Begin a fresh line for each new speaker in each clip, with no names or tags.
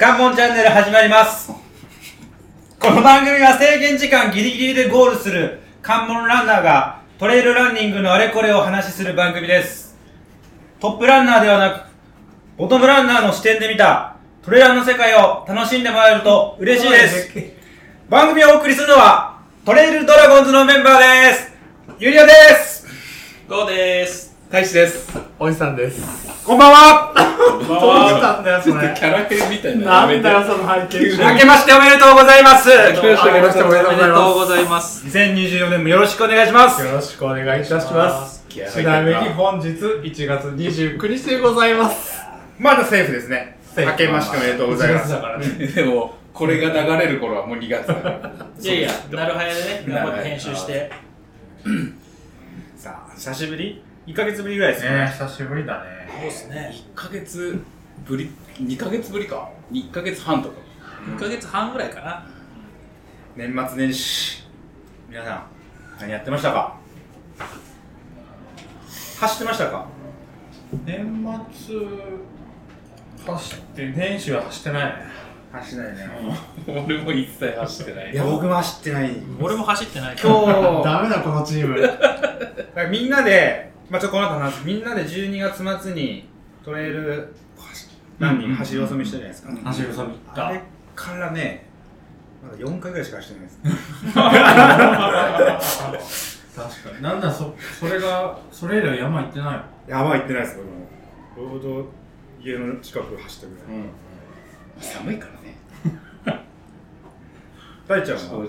ガンモンチャンネル始まります。この番組は制限時間ギリギリでゴールする関門ランナーがトレイルランニングのあれこれをお話しする番組です。トップランナーではなく、ボトムランナーの視点で見たトレランの世界を楽しんでもらえると嬉しいです。番組をお送りするのはトレイルドラゴンズのメンバーです。ゆりおです。
ゴーでーす。
大志です。ちょっ
おじさんです。
こんばん は。
こんばん
どうしたんだよ、そ
とキ
れ。
ャラ編みたいな
な
のやめ
ん
て
だよ、その背景。
明けましておめでとうございます。
よろしくお願いします
おめでとうございます
ざいます。
2024年もよろしくお願いします。
よろしくお願いいたします。
気合入って
ち
るな
なみに本日1月29日でございます。
まだセーフですね。
セーフ
明けましておめでとうございます。
1月だからね。
でも、これが流れる頃はもう2月だから。
いやいや、なるはやでね、
な
頑
る
張っ
はや
て編集して。
さあ、久しぶり ?1 ヶ月ぶりぐらいですか
ね
ね。
久しぶりだね。
そうですね。
1ヶ月ぶり、2ヶ月ぶりか。1ヶ月半とか。
1ヶ月半ぐらいかな。
年末年始。皆さん、何やってましたか走ってましたか
年末、走って、年始は走ってないね。
走ってないね。
俺も一切走ってないい。
や、僕も走ってない。
俺も走ってないけど。
今
ダメだ、このチーム。
日、みんなで、まあ、ちょっとこの後話す。みんなで12月末にトレイルランニング走り遅みしたじゃないですか。
走るぞ、み
あれからね、まだ4回ぐらいしか走ってないです。
確かに。なんだ、そ、それが、それ以来山行ってないの
やばい、行ってないです、僕も。堂々、家の近く走ったぐらい。
寒いからね。
大ちゃん
正
は
直。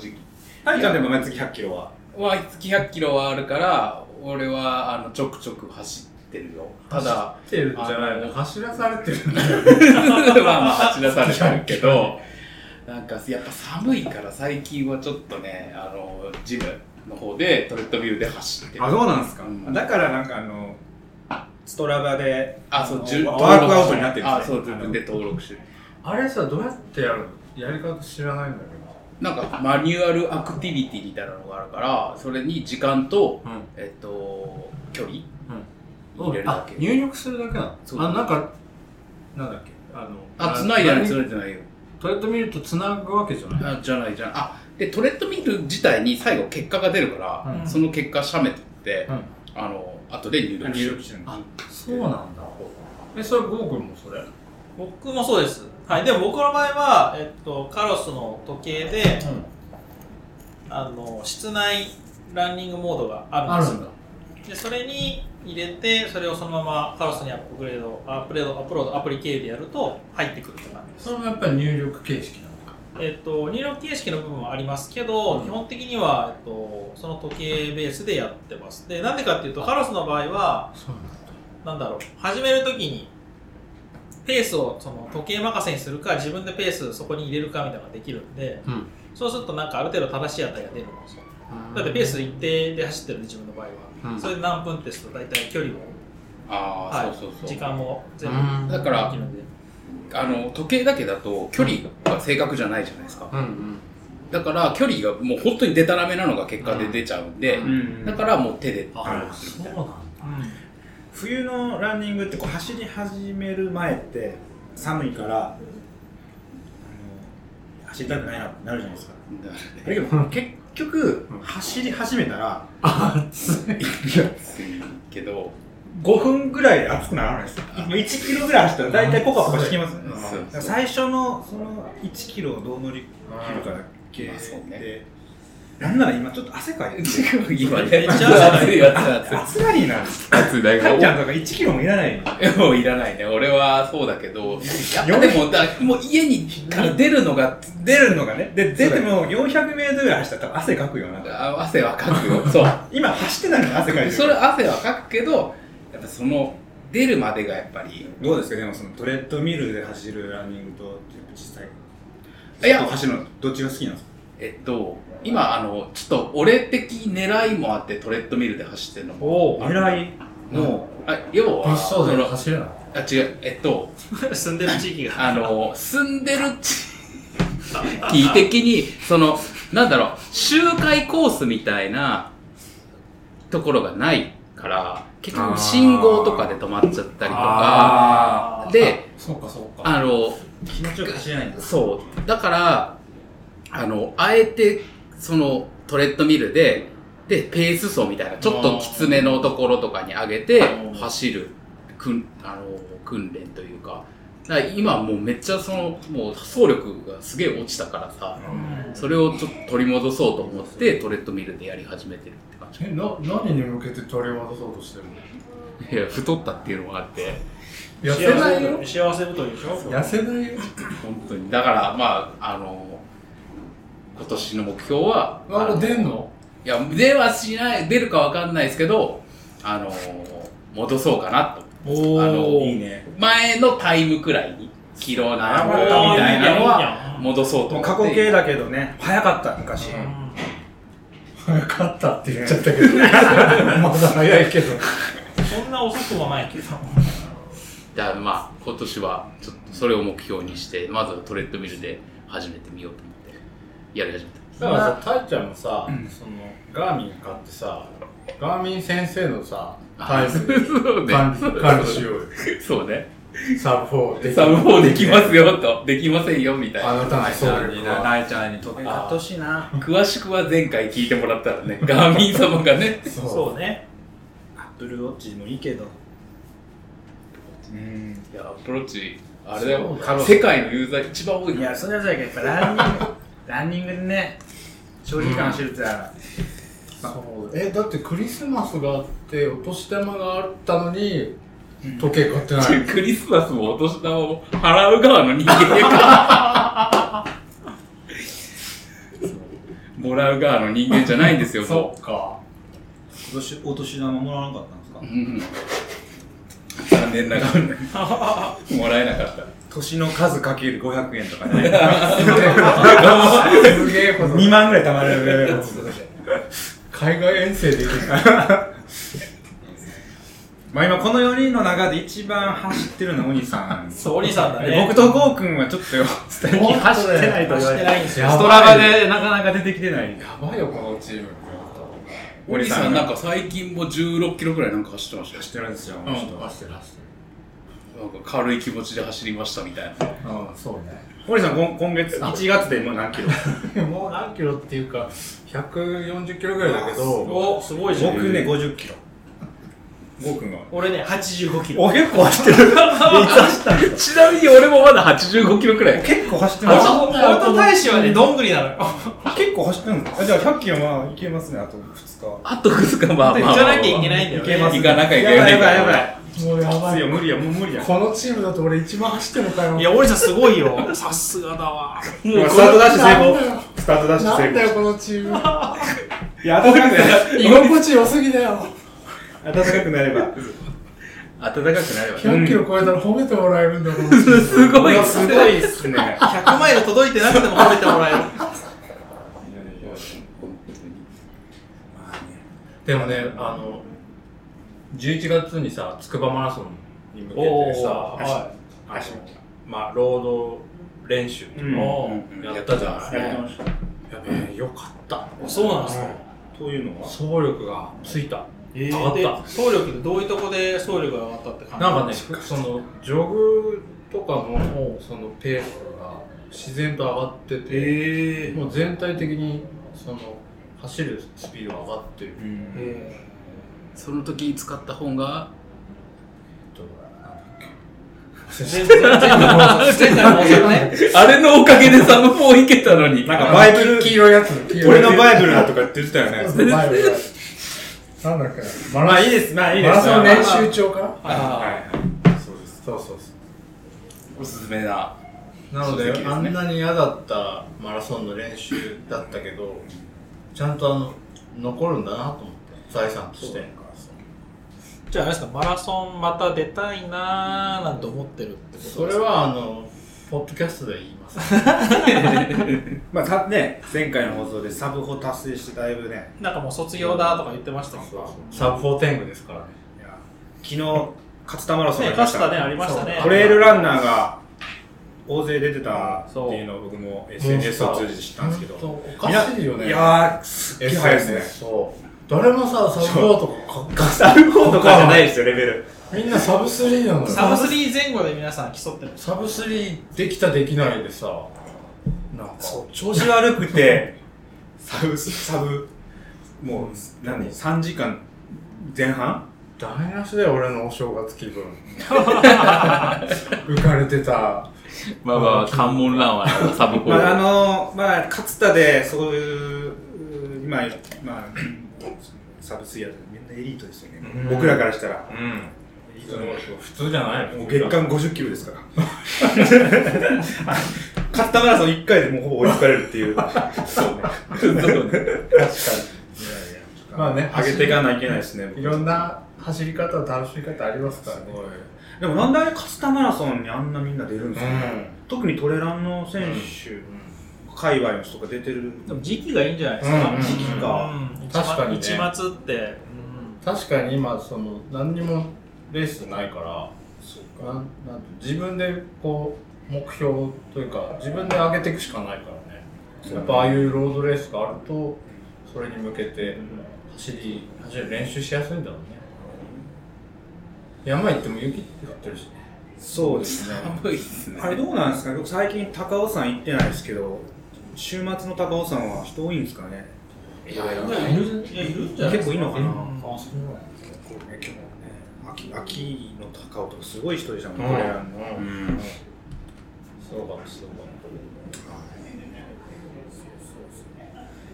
大ちゃんでも毎月100キロは。
は、月100キロはあるから、俺は、あの、ちょくちょく走ってるよ。ただ、
走ってるんじゃない
あ
の
の
走らされてるんだよ。
まあまあ走らされちゃうけどなんかやっぱ寒いから最近はちょっとねあのジムの方でトレッドミルで走ってる
あ、そうなんですか、
うん
だからなんかあの、ストラバで、
あそうじゅ
ワ
登
ー
録
クアウトになってるん
あ
です
そ
ね
う自分で登録してる
あれさ、どうやってやるのやり方知らないんだけど。
なんかマニュアルアクティビティみたいなのがあるからそれに時間と、
うん
えっと距離入れるだ
あ
け、
入力するだけなの
そう
あなんかなんだっけあの
あ繋いでない
ト
繋
レ
いでないよ
ッドミルと繋ぐわけじゃない
あじゃないじゃないあでトレッドミル自体に最後結果が出るから、
うん
その結果写メ取って、
うん
あの後で入力する
してる
あそうなんだえそれゴーグルもそれ
僕もそうです。はい。でも僕の場合は、えっと、カロスの時計で、あの、室内ランニングモードがあるんですよ。
だ
で、それに入れて、それをそのままカロスにアップグレード、アップレード、アップロード、アプリ経由でやると入ってくるって感じです。
それもやっぱり入力形式なのか
えっと、入力形式の部分はありますけど、基本的には、えっと、その時計ベースでやってます。で、なんでかっていうと、カロスの場合は、
そうなんだ
なんだろう、始めるときに、ペースをその時計任せにするか、自分でペースそこに入れるかみたいなのができるんで、
うん
そうするとなんかある程度正しい値が出るんですよ。だってペース一定で走ってるんで、自分の場合は。
うん
それで何分ってすると、大体距離も、
ああ、
はい
そうそうそう
時間も全
うん
部
だから
できるんで。
あの時計だけだと距離が正確じゃないじゃないですか、
うんうん
だから距離がもう本当にデタラメなのが結果で出ちゃうんで、
う
うん
だからもう手で
あ、
はい
そうなんだ
冬のランニングってこう走り始める前って寒いから、あの走りたくないなってなるじゃないですか。だけど結局、走り始めたら、
あつ
暑いけど
5分ぐらいで暑くならないですよ。1キロぐらい走ったら大体ポカポカしてきますよね。
そう
だから最初のその1キロをどう乗り切るかだけで、
まあそうね
なんなら今ちょっと汗かいてる。
今ね
めっちゃ暑い
暑い暑い暑い
暑がりなんです
暑いだ
かっちゃんとか1キロもいらない。
もういらないね俺はそうだけどやっぱでもだもう家にから出るのが
出るのがね。で、出
そうだ
て
よ
も400メートルぐらい走ったら多分汗かくよな。
あ汗はかくよそう
今走ってないのに汗かいてる。
それ汗はかくけどやっぱその出るまでがやっぱり
どうですかでもそのトレッドミルで走るランニングと、実際。
いや
走るの、どっちが好きなんですか
えっと、今、あの、ちょっと俺的狙いもあってトレッドミルで走ってるのも。
お
あの
狙い
もう、あ要は、
物騒だよ
その
走れない
あ、違う、えっと、
住んでる地域が。
あの、住んでる地域的に、その、なんだろう、周回コースみたいなところがないから、結局信号とかで止まっちゃったりとか、
あ
で、
そうかそうか
あの、
気持ちよく走れないんだ。
そう。だから、あの、あえて、その、トレッドミルで、で、ペース走みたいな、ちょっときつめのところとかに上げて
うん、
走る、くん、あの、訓練というか、だから今もうめっちゃその、もう走力がすげえ落ちたからさ、それをちょっと取り戻そうと思って、トレッドミルでやり始めてるって感じ。
え、な、何に向けて取り戻そうとしてるの
いや、太ったっていうのがあって、
痩せないよ。
幸せ幸せ太りでしょ
痩せないよ。
本当に。だから、まあ、あの、今年の目標は、
あ、もう出んの
いや、出はしない、出るかわかんないですけど、あの戻そうかなと。
お
あの
いいね。
前のタイムくらいに、キロ何
おー
本みたいなの
いいねいい
は
ね
戻そうと
も
思
う
って。
過去形だけどね早かった昔、
早かったって言っちゃった けど。まだ早いけど。
そんな遅くはないけど
だからまあ、今年は、ちょっとそれを目標にして、まずはトレッドミルで始めてみようと思って、やり始めた。
だからさ、たいちゃんもさ、そのガーミン買ってさ、ガーミン先生のさ、タイム
そうね
管理、管理しようよ。
そうね。
サブ4で
サブ4できますよと、できませんよみたい
あ
な。
なたの総力は。
いちゃんにとってやってほしいな
詳しくは前回聞いてもらったらね、ガーミン様がね、
そうね
アップルウォッチもいいけどうん
いや、アプローチ、あれだよ
そうだ、よ
世界のユーザー一番多い
い
よ
やそれはそうやけどやっぱランニング ランニングでね長時間走るってやら
そうえ、だってクリスマスがあって、お年玉があったのに、時計買って ない。
クリスマスもお年玉も払う側の人間かもらう側の人間じゃないんですよ
そ
も
っか。
今年お年玉もらわなかったんですか
う、うん、残念ながらもらえなかった
年の数かける500円とか ね
すげえこと。
2万ぐらい貯まるやつ
海外遠征できる。
まあ今この4人の中で一番走ってるのはお兄さん
そうお兄さんだね
僕とゴーくんはちょっとよ最近 走ってないと言わ
走っ
れ
て
て
ないんですよ
ストラバでなかなか出てきてない
やばいよ、このチーム。
お兄さんなんか最近も16キロぐらいなんか走ってまし
走って
たよ
るんですよ、
うん、
ちょっと
走ってる走って
なんか軽い気持ちで走りましたみたいな
る。うん、そうね。
堀さん今今月1月でもう何キロ
もう何キロっていうか、140キロぐらいだけど、
おすごいじゃん
僕ね50キロゴーくんは
俺ね85キロ
お結構走ってるいつ走ったんですか
ちなみに俺もまだ85キロくらい
結構走って
俺
ます
と俺と大使はねどんぐりなのよ
結構走ってるんですかじゃあ100キロまあいけますねあと2
あと2日まあまあ
行
まあ
かなきゃいけないんだよ
日いけます
行かなきゃいけない
やばいやばいやばい
もうやばい
いや無理やもう無理や
このチームだと俺一番走ってるのかよ。
いや、俺さんすごいよ。さすがだわ。
もうスタートダッシュ成功スタートダッシュ
なんだ
成
よ、
功
このチーム。
いや暖かくなれ
居心地良すぎだよ。
ば暖かくなれば
暖かくなればね
100キロ超えたら褒めてもらえるんだこのチーム。
すごいっす
すごいっすね
100マイル届いてなくても褒めてもらえる。
でもね、あの、11月にさ、つくばマラソンに向けてさ、
は
あのまあ、労働練習とか
うん
やったじゃない。
やってました
やべえ、よかった。
い。そうなんですか。
というのは
総力がついた。
え
上がった
で総力ってどういうとこで総力が上がったって感じ
なんかね、その、ジョグとかも、そのペースが自然と上がってて、
え
もう全体的に、その、走るスピードが上がってる。
え
その時に使った本が
ー。全然、全然、全然、もうそれね。
あれのおかげでサム4いけたのに。
なんかバイブル
黄色いやつ。黄色い
俺
やつ
のバイブルだとか言ってたよね
バイブルなんだっけマ
ま
ラ
あいいですまあいいです
マラソン
ね
練習帳か
あ
そうですそうそうそ
おすすめな。
うなので
書籍ですね
あんなに嫌だったマラソンの練習だったけどちゃんとあの残るんだなと思って財産として
ーじゃあ、あれですか、マラソンまた出たいなーなんて思ってるってこと
それはあのポッドキャストで言います
まあさね前回の放送でサブホ達成してだいぶね
なんかもう卒業だとか言ってましたけど。
サブフォーテングですからね
いや昨日勝田マラソン
ね、
やりま
か
し
したたね、ありましたね。
トレイルランナーが大勢出てたっていうのを僕も SNS を通じて知ったんですけど
本当おかしいよね
いやーすっげえ早いですね
SNS そう誰もさサブフォーとか
サブホとかじゃないですよレベル
みんなサブスリーなのよ
サブスリー前後で皆さん競ってる
サブスリーできたできないでさなんか
そう調子悪くてサブスサブもう何3時間前半
台無しだよ俺のお正月気分浮かれてた
まあまあ、関門ランはサブコー
まああ
ル。
のまあ勝田でそういうう今まあサブスイヤーでみんなエリートですよね、
うん
僕らからしたら
うん
エリートの
普通じゃない
もう月間50キロですから勝田マラソン1回でもうほぼ追いつかれるっていうそうね
まあね
上げていかないといけないですね
いろんな走り方楽しみ方ありますからね
でもなんであれ勝田マラソンにあんなみんな出るんですか、ね
う
特にトレランの選手、界隈の人が出てる
でも時期がいいんじゃないです
うん
か、
うんうん
時期か、一
確かにね
一末って、
確かに今その何にもレースないからなんなんて自分でこう目標というか自分で上げていくしかないからねやっぱああいうロードレースがあるとそれに向けて走り走る練習しやすいんだろうね山行っても雪降ってるしね
そうですね
寒いっすね
あ。れどうなんですか僕最近高尾山行ってないですけど週末の高尾山は人多いんですかね
いやいるいやいるんじゃない
結構いいのかな、
う
あ
ん
そうなんですね結構ね今日ね秋秋の高尾とかすごい人でしたもんね、トレランの、
うん。
そうかもそうかも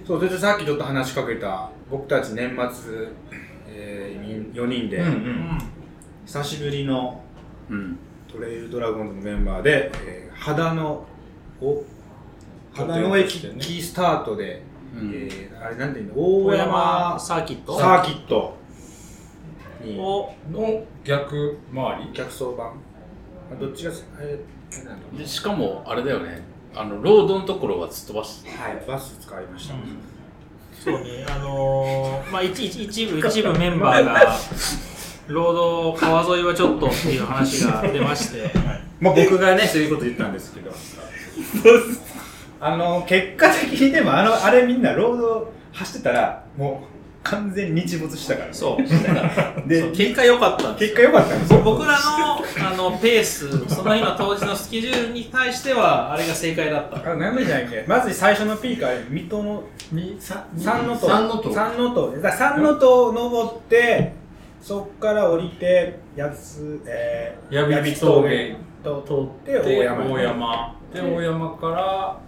そうそれでさっきちょっと話しかけた僕たち年末、えー、4人で、
うん
久しぶりの
うん。
トレイルドラゴンズのメンバーで、えー、秦野を秦野駅スタートで、えー、あれなんていうの大
大山
山
サーキット
サーキットに
を
の逆回り
逆走版あどっちがえーなんだろう
でしかも、あれだよね。あの、ロードのところはすっ飛ばす。
はいバス使いました、
そうね、あのーまあ一一一部一部メンバーが労働川沿いはちょっとっていう話が出まして、
まあ、僕がねそういうこと言ったんですけどあの結果的にでもあのあれみんなロード走ってたらもう完全に日没したから、ね、
そう
で
そう結果良かったんです
結
よ
果良かったんですよ
僕らのあのペースその日の当日のスケジュールに対してはあれが正解だった
あ何でじゃないっけまず最初のピークは水戸の
にさ
三の塔
三の塔
三の塔だから三の塔を登ってそっから降りてやつえー
矢吹峠
と
通って
大山
大山で大山から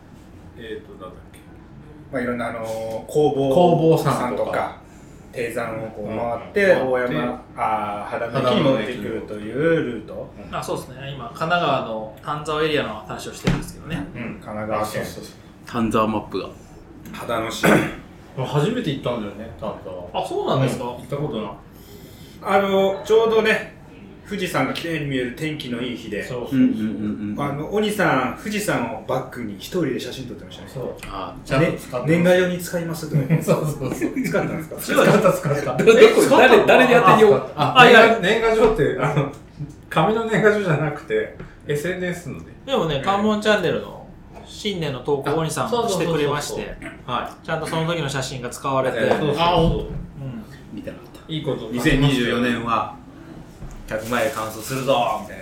えっ、となんだっけ
まあ、いろんなあの工房
工房さんとか
低山をこう回って
うん
大山あー肌の駅に戻ってくるというルート、
あそうですね今神奈川の丹沢エリアの話をしてるんですけどね
神奈川県
う
丹沢マップが。
秦野市
そう初めて行ったんだよね丹沢
あそうなんですか、
行ったことな
あのちょうどね富士山が綺麗に見える天気のいい日で
いそう
うんうんうんうん。
あ
あ
の鬼さん富士山をバックに一人で写真撮ってましたね
そう
あ。
ちゃんと使っ
ね
た
年賀用に使いますとか言って
そうそうそう
使ったんですか
使った使った
どこ誰、誰で当てよう。
あ
あい
年
や
賀年賀状ってあの紙の年賀状じゃなくて SNS ので
でもね関門チャンネルの新年の投稿を鬼さんがしてくれまして
は
ちゃんとその時の写真が使われて、
いそうそ
うん
みたいなかった。
ういいこと
2024年は100マイル完走するぞみたい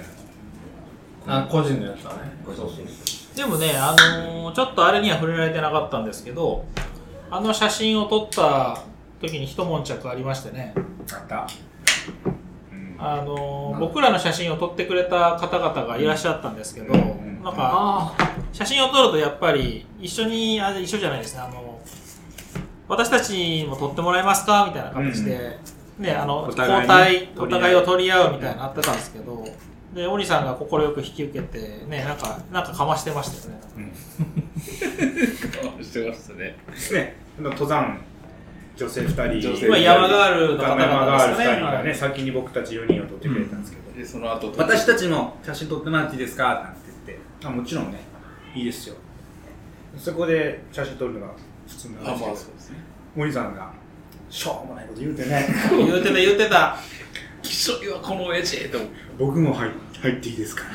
な
あ個人のやつだねそうそう
でもね、あのーちょっとあれには触れられてなかったんですけど、あの写真を撮った時に一悶着ありましてね、
あった
あのー僕らの写真を撮ってくれた方々がいらっしゃったんですけど、
うん
なんか、写真を撮るとやっぱり一緒に、あ一緒じゃないですね、あの私たちも撮ってもらえますかみたいな形で、ね、あの
お
交
互いに
代、お
取り合い
互いを取り合うみたいになってたんですけど、で、鬼さんが快く引き受けて、ね、なんか、なんかかましてましたよね。
してましたね。
ですね登山女性2人
女性
今山ガールの方
山ガール
々
2
ですか
人
ね。
が
は
ね
い
先に僕たち4人を撮ってくれたんですけど
で、その後、
私たちも写真撮ってもらっていいですかなんて言ってあもちろんねいいですよそこで写真撮るのが普通なん
あ、まあ
ですけど
そうですね。
森さんがしょうもないこと言うてね
言うてた言うてた。
きしょいはこの親父と思って
僕も入入っていいですか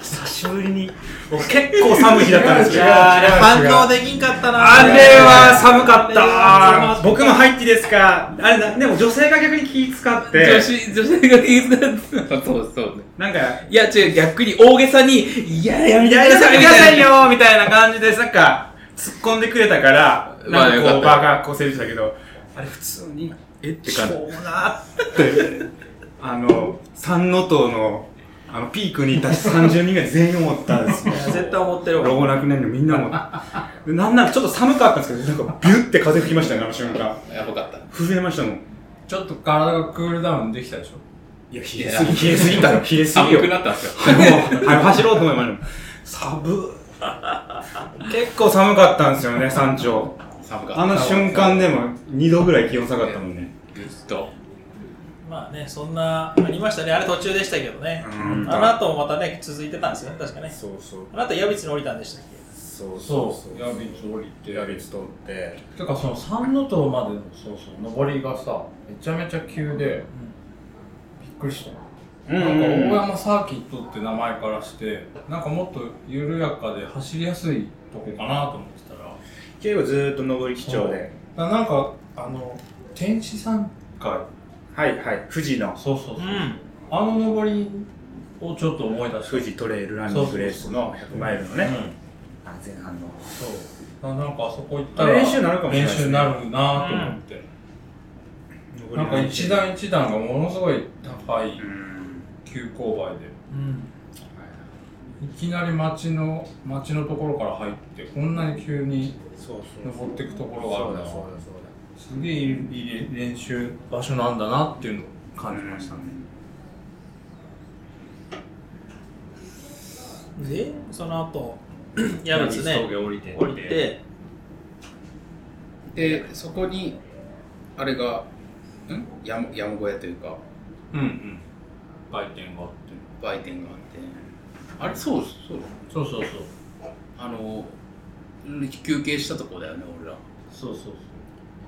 久しぶりに僕結構寒い日だったんですけ
い
ど
やーあれ反応できんかったな
あれは寒かっ
あ
た
れ
僕も入ってですかあれなでも女性が逆に気使っ
女
て
子、女性が言いづらかった。そうそうね。
なんか
いや、違う、逆に大げさに、いや、やめ
い
て
や
く
いや
ださい、
くださいよみたいな感じでなんか突っ込んでくれたから
まあ
なんかこ
よ
う
か
バ
った
ーガーこせるしたけどあれ普通に
えって
しょ
感じ。
うもなってあの三ノ島のあのピークにいた30人が全員思ったんですよ
いや絶対思ってる
老
わ
後なくねんのみんな思ったでなんならちょっと寒かったんですけどなんかビュって風吹きましたねあの瞬間
やばかった。
震えましたもん
ちょっと体がクールダウンできたでしょ
いや冷えすぎ冷えすぎたよ冷えすぎ
寒
よ
くなったんですよ。
はい、もう、はい、走ろうと思いました。寒っ結構寒かったんですよね、山頂。
寒かった。
あの瞬間でも2度ぐらい気温下がったもんね。
ぐっと。
まあねそんなありましたねあれ途中でしたけどね
うん
あの後もまたね続いてたんですよね確かね
そうそう
あなた矢光に降りたんでしたっけ
そう
そうヤビツ降りてヤビツ通っててかその三ノ島までのそうそう上りがさめちゃめちゃ急で、びっくりした
うん
なんか
うん
大山サーキットって名前からしてなんかもっと緩やかで走りやすいとこかなと思ってたら
結構ずーっと上り基調で
ななんかあの天使山会
はいはい富士の
そうそうそう、
うん
あの上りをちょっと思い出した
富士トレイルランニングレースの100マイルのね
うん
あ前半の
そうななんかあそこ行ったら
練習になるかもしれない
練習になるなと思って、なんか一段一段がものすごい高い
うん
急勾配で
うん
いきなり町の町のところから入ってこんなに急に
そうそう
登っていくところがある
そう
な
だそうだそうだ
すげえいいいい練習場所なんだなっていうのを感じましたね、
でその後 矢口ね
峠降りて
降りて
で、そこに、あれが、ん山山小屋というか、
うんうん売店があって
売店があって。あれ、そうそう。
そうそうそう
あの、うん休憩したとこだよね、俺ら。
そうそうそ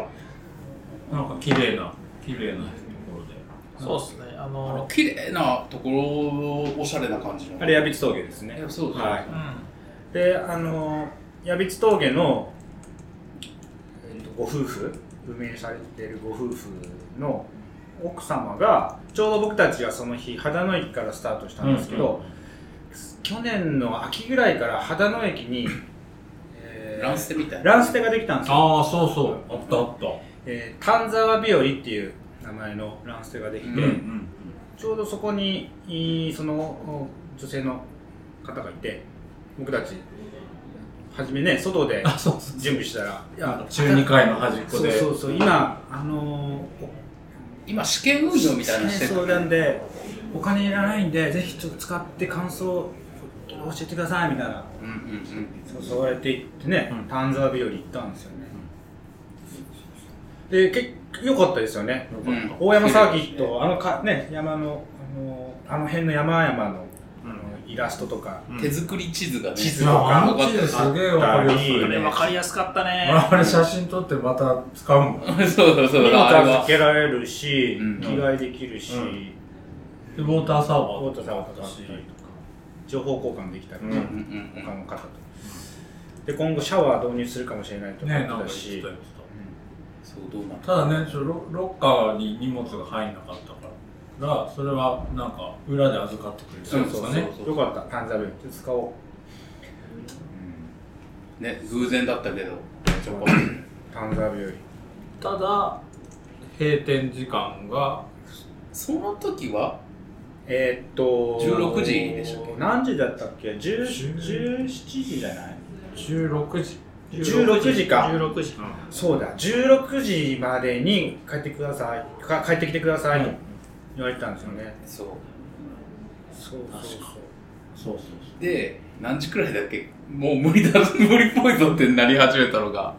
うなんか綺麗な綺麗なところで
そうですねあ
あの
の
綺麗なところ、おしゃれな感じの。
あれ、矢光峠です
い
ね
やそうそう。
はい
うん
であの矢光峠の、えっと、ご夫婦運営されてるご夫婦の奥様がちょうど僕たちがその日秦野駅からスタートしたんですけど、去年の秋ぐらいから秦野駅に、えー
ランステみたいな。
ランステができたんですよ、
ああそうそうあったあった
えー丹沢日和っていう名前のランステができて、
うん
ちょうどそこにいいそのお女性の方がいて僕たち初めね外で
あそうそう
準備したらいや
中二階の端っこ
そう
で
そうそう今あのー
今、試験運動みたいなのして
相
る。
談でお金いらないんでぜひちょっと使って感想を教えてくださいみたいな
うんうんうん。
誘われて行ってね、
うん
丹沢日和行ったんですよね、で結構良かったですよね
かった
大山サーキットあのかね山のあのあの辺の山々のあのイラストとか、
手作り地図がね。
地図
いやあの
か
地図すげえわかりやす
あ
い
あれ
ね
分かりやすかったね
我々写真撮ってまた使うもん
そうそうそう。
荷物
あれ
預
は。
けられるし、
うん
着替えできるし、
うんでウォーターサーバ
オ
ー
ートサーバーとかあったりとか情報交換できたりとか、
う
うんうん
他の方と、で今後シャワー導入するかもしれないと
ね
か
な
言っ
んか
てたし、
言ってたよ
そう、どうなった
だねちょロロッカーに荷物が入んなかったからだからそれはなんか裏で預かってくれた
そ
ん
う
で
そ
す
う
か
そう、
ね
よかったタンザルって使おう
たね、偶然だったけど。ちょこ
タンザルより
ただ閉店時間が
その時は、
えーっと
16時でしたっけ
何時だったっけ10
10
17時じゃない
16時
16時か
16時
そうだ16時までに帰ってくださいか帰ってきてくださいと言われてたんですよね、
そう。
そうそうそう
そうそう
で、何時くらいだっけもう無理だ、無理っぽいぞってなり始めたのが。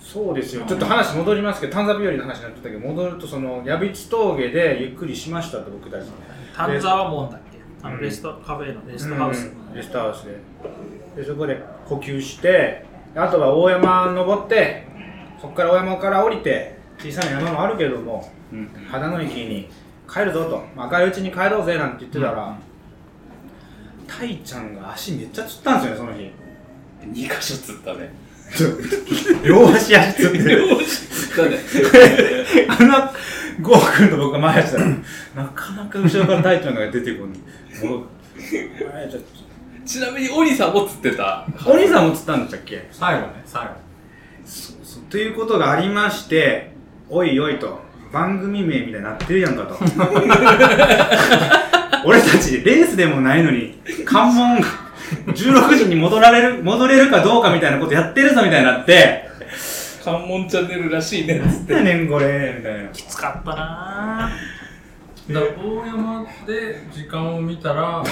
そうですよちょっと話戻りますけど丹沢日和の話になってたけど戻るとその矢光峠でゆっくりしましたと僕たち
丹沢門だっけあ
う
の
ん
レストカフェのレストハウス
うんレストハウスででそこで呼吸してあとは大山登ってそこから大山から降りて小さな山もあるけども
うん。
秦野駅に帰るぞと明るいうちに帰ろうぜなんて言ってたら、タイちゃんが足めっちゃつったんですよね、
2箇所釣ったね。
その日。両足足つってる。
だね。
あの、ゴーくんと僕が前足だなかなか後ろからタイちゃんが出てこない。もう前足
ちなみに、オリさんも釣ってた。
お兄さんもつったんでしたっけ
最後ね、最後。
そうそうということがありまして、おいおいと、番組名みたいになってるやんかと。 俺たちレースでもないのに、関門、16時に戻られる、戻れるかどうかみたいなことやってるぞみたいになって、
関門チャンネルらしいね、つっ
何
て。
やねんこれ、みたいな。
きつかったなぁ
だから大山で時間を見た ら
もう、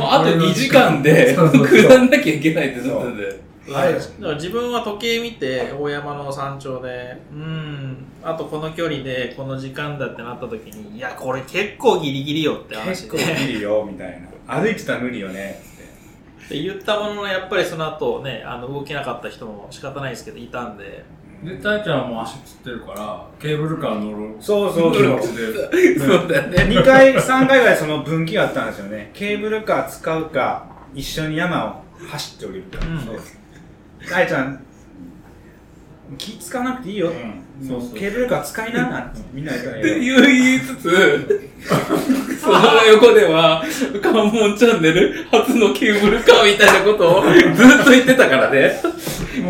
あと2時間で、
そうそうそう
下 んなきゃいけないってなってて。
だから自分は時計見て大山の山頂でうーんあとこの距離でこの時間だってなった時にいやこれ結構ギリギリよって話
結
で
構いいよ、みたいな。歩いてたら無理よね、っ
で言ったもののやっぱりその後ねあの動けなかった人も仕方ないですけどいたんで
で大ちゃんはもう足つってるからケーブルカー乗る
て。そうそう
努
そう
力。で
そうだね。
2回、3回ぐらいその分岐があったんですよね。ケーブルカー使うか、一緒に山を走って降りるか。
うん
大ちゃん、気使わなくていいよ。もうケーブルカー使いななんてみんな言った
っ
ら
て
いいよ。
言いつつ、その横では、関門チャンネル初のケーブルカーみたいなことをずっと言ってたからね。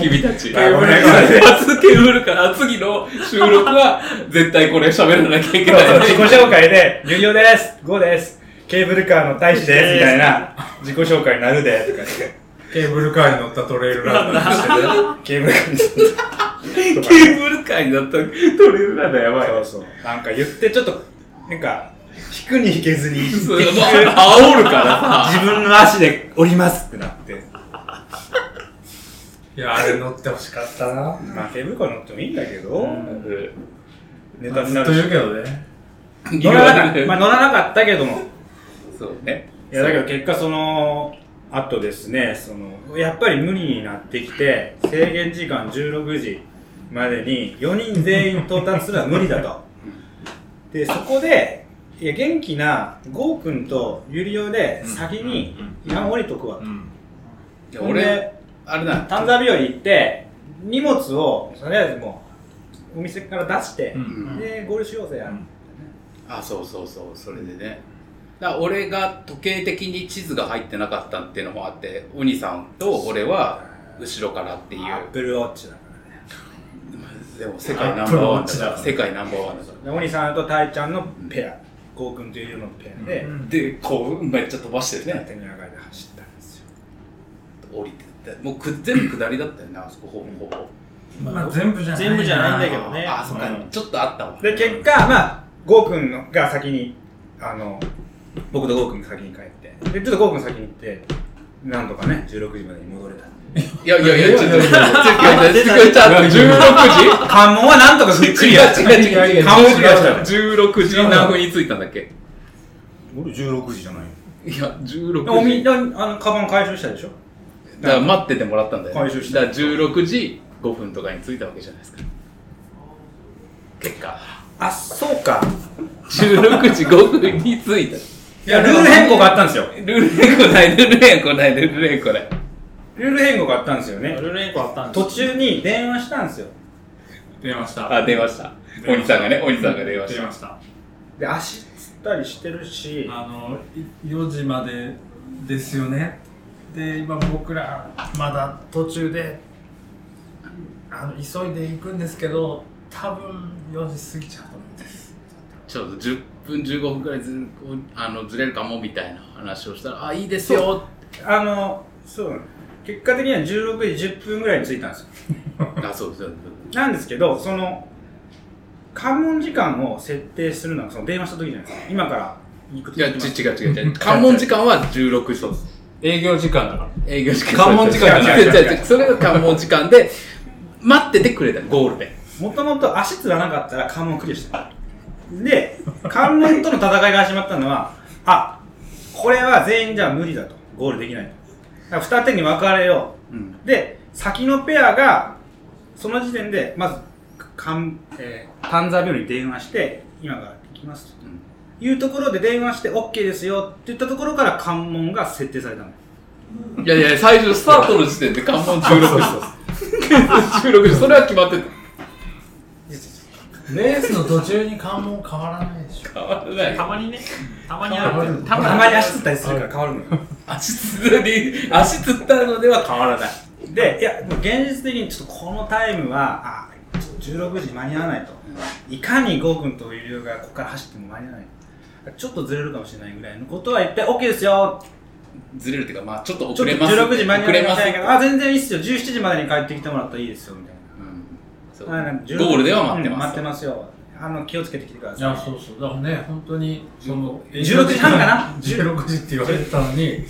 君たち。ケーブルカー、初ケーブルカー、次の収録は絶対これ喋らなきゃいけ
そうそう
ないね。
自己紹介で、有料です、5です、ケーブルカーの大使です、みたいな、自己紹介になるで、とかって
ケーブルカーに乗ったトレイルランナー
ケーブルカーに
ケーブルカーになったら撮れるなんだやばい。
そうそう。なんか言って、ちょっと、なんか、引くに引けずに、
そ
自
う、もう煽るからさ。
分の足で降りますってなって。
いやあれ乗ってほしかったな
まあ、ケーブルカー乗ってもいいんだけど、ネタに
ず
な
っと
るし
言うけどね
乗らなか った、まあ、乗らなかったけども。
そうね。
いやだけど結果そのあとですねそのやっぱり無理になってきて制限時間16時までに4人全員到達するのは無理だ とでそこでいや元気なゴーくんとユリオで先に山降りとくわ
うん
いや
ほんで
俺、あれだ。
丹沢日和行って荷物をとりあえずもうお店から出して、
うん
で合流しようぜや、
うん
あそうそうそうそれでねだから俺が時計的に地図が入ってなかったっていうのもあってお兄さんと俺は後ろからっていう
アップルウォッチだか
でも世界ナンバ
アップ
ーワンだから
ルウォッチだ
世界ナンバーワンだから
らでお兄さんとたいちゃんのペアゴーくんとユリオのペアで、
でこうめっちゃ飛ばしてね
手に上がりで走ったんですよ
降りてってもうく全部下りだったよねあそこほぼほぼ
まあ全部じゃない
全部じゃないんだけどね
あそっかちょっとあったもん
で結果まあゴーくんのが先にあの僕とゴーくんが先に帰ってでちょっとゴーくん先に行ってなんとかね16時までに戻れた
いやいやいやちょっとちょっとちょっとちょっと16時
関門はなんとかク
違う違う違う違う
関門クリアしたよ
16時何分に着いたんだっけ
俺16時じゃないよ
いや16時
おみんなあのカバン回収したでしょ
だから待っててもらったんだよ、ね、
回収した
だから16時5分とかに着いたわけじゃないですか結果
あそうか
16時5分に着いた
いやルール変更があったんですよ
ルール変更ないルール変更ないルール変更ない
ルール変更があったんですよね
ルール変更あったんです
途中に電話したんですよ
出ました
あ電話したお兄さんがねお兄さんが電話し
出
た
ました
で足つったりしてるし
あのい4時までですよねで今僕らまだ途中であの急いで行くんですけど多分4時過ぎちゃうと思うんです
ちょうど10分15分くらいずあのずれるかもみたいな話をしたらあいいですよ
あのそうなの結果的には16時10分ぐらいに着いたんですよ
あそうそうそう
なんですけど、その、関門時間を設定するのは、その電話した時じゃないですか。今から行くと
いやち違う違う違う関門時間は16時です
営業時間だから
営業時間
関門時間
違う違う違う違うそれが関門時間で待っててくれたゴールで
もともと足つらなかったら関門クリアした。で、関門との戦いが始まったのは、あ、これは全員じゃ無理だと。ゴールできないと。だから二手に分かれよう。で、先のペアが、その時点で、まず、かんえー、丹沢病院に電話して、今から行きますと。いうところで電話して OK ですよって言ったところから関門が設定されたのよ
いやいや、最初、スタートの時点で関門16時。16時、そ れは決まって
レースの途中に関門変わらないでしょ
た。変わらない。
たまにね、たまにあるけど。
た
たまに足つったりするから変わるのよ
足つったり、足つったのでは変わらない。
でいやもう現実的にちょっとこのタイムはあちょっと16時間に合わないといかにゴー君と入江がここから走っても間に合わないちょっとずれるかもしれないぐらいのことは言って OK ですよ
ずれるっていうか、まあちょっと
ちょっと
遅れます。
16時間に合わない
遅れ
み
ま
た
す
い。なあ全然いいっすよ17時までに帰ってきてもらったらいいですよみたいな
うんそう
あなんか16
ゴールでは待って
うん
ます。
待ってますよあの気をつけてきてくだ
い
さ
や
い
そうそうだからね本当にその
16時半か な
16時って言われてたのに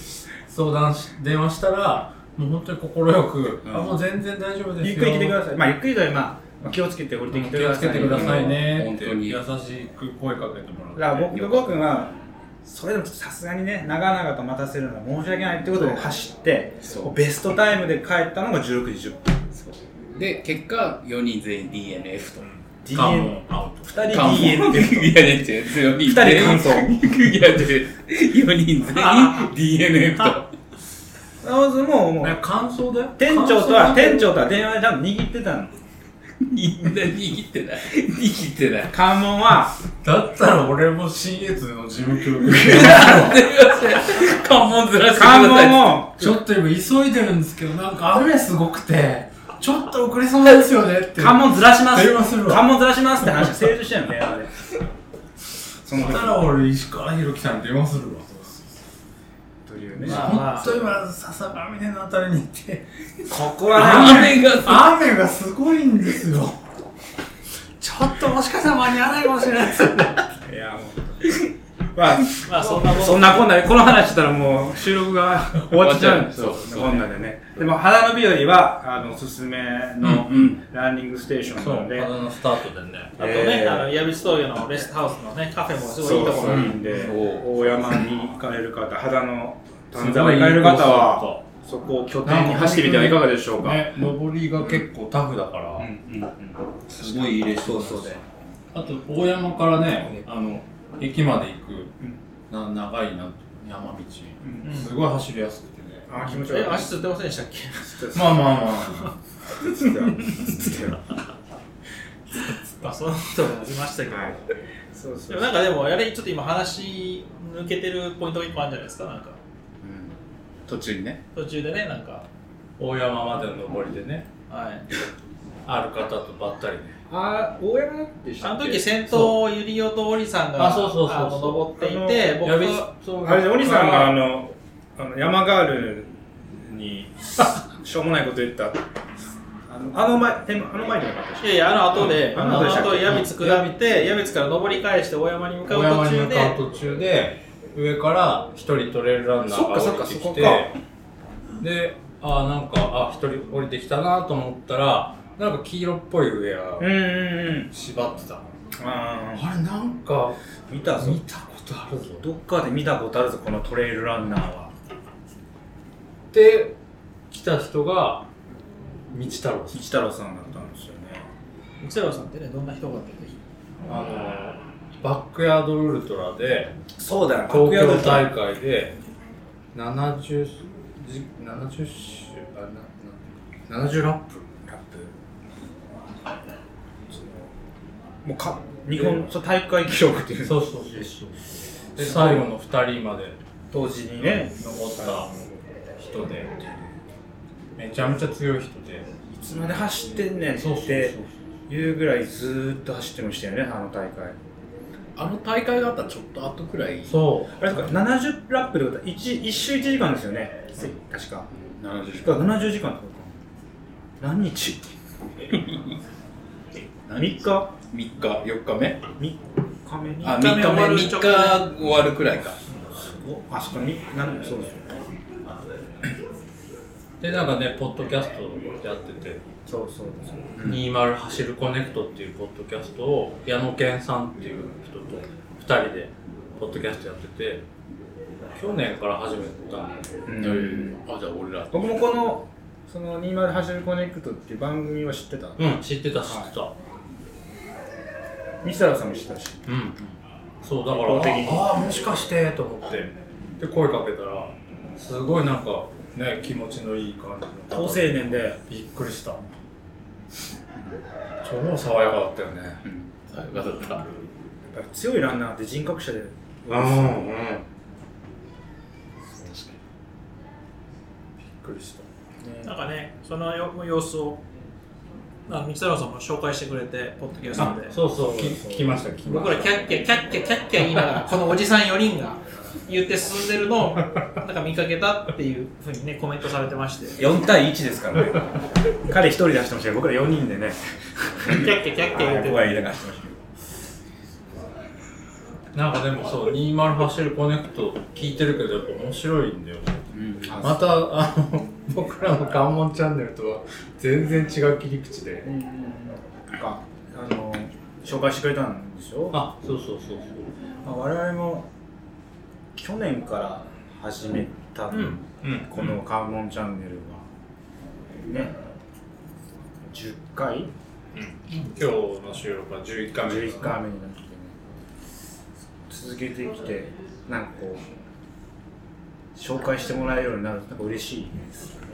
相談し電話したらもう本当に快く、
うん
あもう全然大丈夫ですよ
ゆっくり来てくださいまあゆっくりというまあ気をつけて降りてきてく
気を
だ
つ
さい
けてくださいねって
本当に
優しく声かけても
だ
ら
か
っ
ら僕
て
とゴー君はそれでもちょっとさすがにね長々と待たせるのは申し訳ないってことで走って
そう
ベストタイムで帰ったのが16時10分
そうで、結果、4人全員 DNF と。
関
DN
門アウト
2人
関門
DN
いやね、違う。4
二
人
人完走
いやね、4人全員 DNF と。
まずもうもう
ね感想だよ
店長とは
感想だよ
店長とは電話でちゃんと握ってたの
みんな握ってない。握ってない。
関門は
だったら俺も新越の事務局
関門ずらしてくだ
関
さい。
門を
ちょっと今急いでるんですけどなんか雨すごくてちょっと遅れそうですよねって
関門ずらします
電話するわ
関門ずらしますって話が成立してんの電話でその
そし
時
たら俺石川博樹さんに電話するわ
というね
まあま
本
あ
当今笹上峰のあたりに行って
ここはね
雨が
雨がすごいんですよちょっともしかしたら間に合わないかもしれないですよね
いやもうまあ
まあそんなこと
そんなこんなで、この話したらもう収録が終わっちゃうんですよ。
終わっちゃうそう
こんなでね。でも、花の日よりは、あの、おすすめの
うんうん
ランニングステーションなので、
のスタートでね
あとね、あの、ヤビス峠のレストハウスのね、カフェもすごいいいとこ
そうい
ろ
い
に。
んで
そ、う
大山に行かれる方、肌の丹沢に行かれる方は、そこを拠点に走ってみてはいかがでしょうか。
ね上りが結構タフだから、
うんうんうん
すごいいいレースそうそうであと大山からねあの駅まで行く、な長いな山道、
ん
すごい走りやすくてね
あー、気持ち悪い
え、。足つってませんでしたっけ
まあまあまあ
まあ、そんなこともありましたけど。
はいそうそ
で
う
もなんかでも、やれ、ちょっと今話抜けてるポイントが一個あるんじゃないですか、なん
う
か。
ん途中にね。
途中でね、なんか、
大山までの上りでね
はい。
ある方とばったりね
あー、大山でし
あ
た
の
っけ
時先頭ゆりおとおりさんが
あそうそうそうそう
あの登っていて僕
矢部
が
そう
あれで、お兄さんがあの、あの山ガール に、しょうもないこと言った。あの、あの前、でもあの前じゃなかったでし
いやいやあの後で、
うん
あ
あ
の
の後でしたっ
後
け
矢光下って矢光から登り返して大山に向かう
大山に
途中
向
で
かう途中で上から一人トレイルランナーが
そっ
降りてき
かそっかそ
て
こか
であなんかあ一人降りてきたなと思ったらなんか黄色っぽいウ
ょ。う
ェア
んうんうん。
縛ってた、
あ
あれなんか
ー見たぞ
見。たことあるぞ
どっかで見たことあるぞ、このトレイルランナーは。
で来た人が道太郎さん
一太郎さんだったんですよね。
道郎さんってねどんな人がって
あのバックヤードウルトラで
そうだよ、
東京
だ
大会で70じ70周あなな70ラッ
ラ
プ
ップ。もうか、日本、そう、大会記録っていう
そうそうそうそうで最後の2人まで
当時にね、
残った人でめちゃめちゃ強い人で
いつまで走ってんねん
そう
っ
そうそう
ていうぐらいずーっと走ってましたよね、あの大会。
あの大会があったちょっと後くらい。
そ
あれですか、70ラップでことは 1, 一周1時間ですよね、確か。
70
だから70時間ってことか。何日
何
?3 日 ?3
3日、4日目
日目に
あ、3
三日目
日目、3
終
日
わ
終わるくらいか。
おあそこになんそうですよ
うでなんかねポッドキャストやってて
そうそうです
「20走るコネクト」っていうポッドキャストを矢野健さんっていう人と2人でポッドキャストやってて去年から始めたんだけど
あ、じゃあ俺ら。
僕もこのその20走るコネクトっていう番組は知ってた
うん知ってた知ってた、
西田さんも知ってたし
うんそうだから
一方的に
ああもしかしてと思ってで声かけたらすごいなんかね気持ちのいい感じの
高青年で
びっくりした超爽やかだったよね
うんさよかった
やっぱ強いランナーって人格者で
うんうんびっくりした
なんかね、そのよ様子を、あの三太郎さんも紹介してくれて、ポッドキャストで。
そうそうき聞きました聞きま
僕
し
らキャッキャキャッキャキャッキャ言いながらこのおじさん4人が言って進んで るのをなんか見かけたっていうふうにねコメントされてまして
4対1ですからね。
彼一人で走ってましたけど僕ら4人でね
キャッキャキャッキャ言って
僕が言いながら走ってましたけど。
たなんかでもそう20走るコネクト聞いてるけどやっぱ面白いんだよね
うん
またあの僕らの関門チャンネルとは全然違う切り口で
なんかあの紹介してくれたんでしょ、
あそうそうそうそう
まあ、我々も去年から始めた、
ん
この「関門チャンネルは」ね10回
今日の収録は11回目
11回目になってね続けてきてなんかこう紹介してもらえるようになるとなんか嬉しいですよね、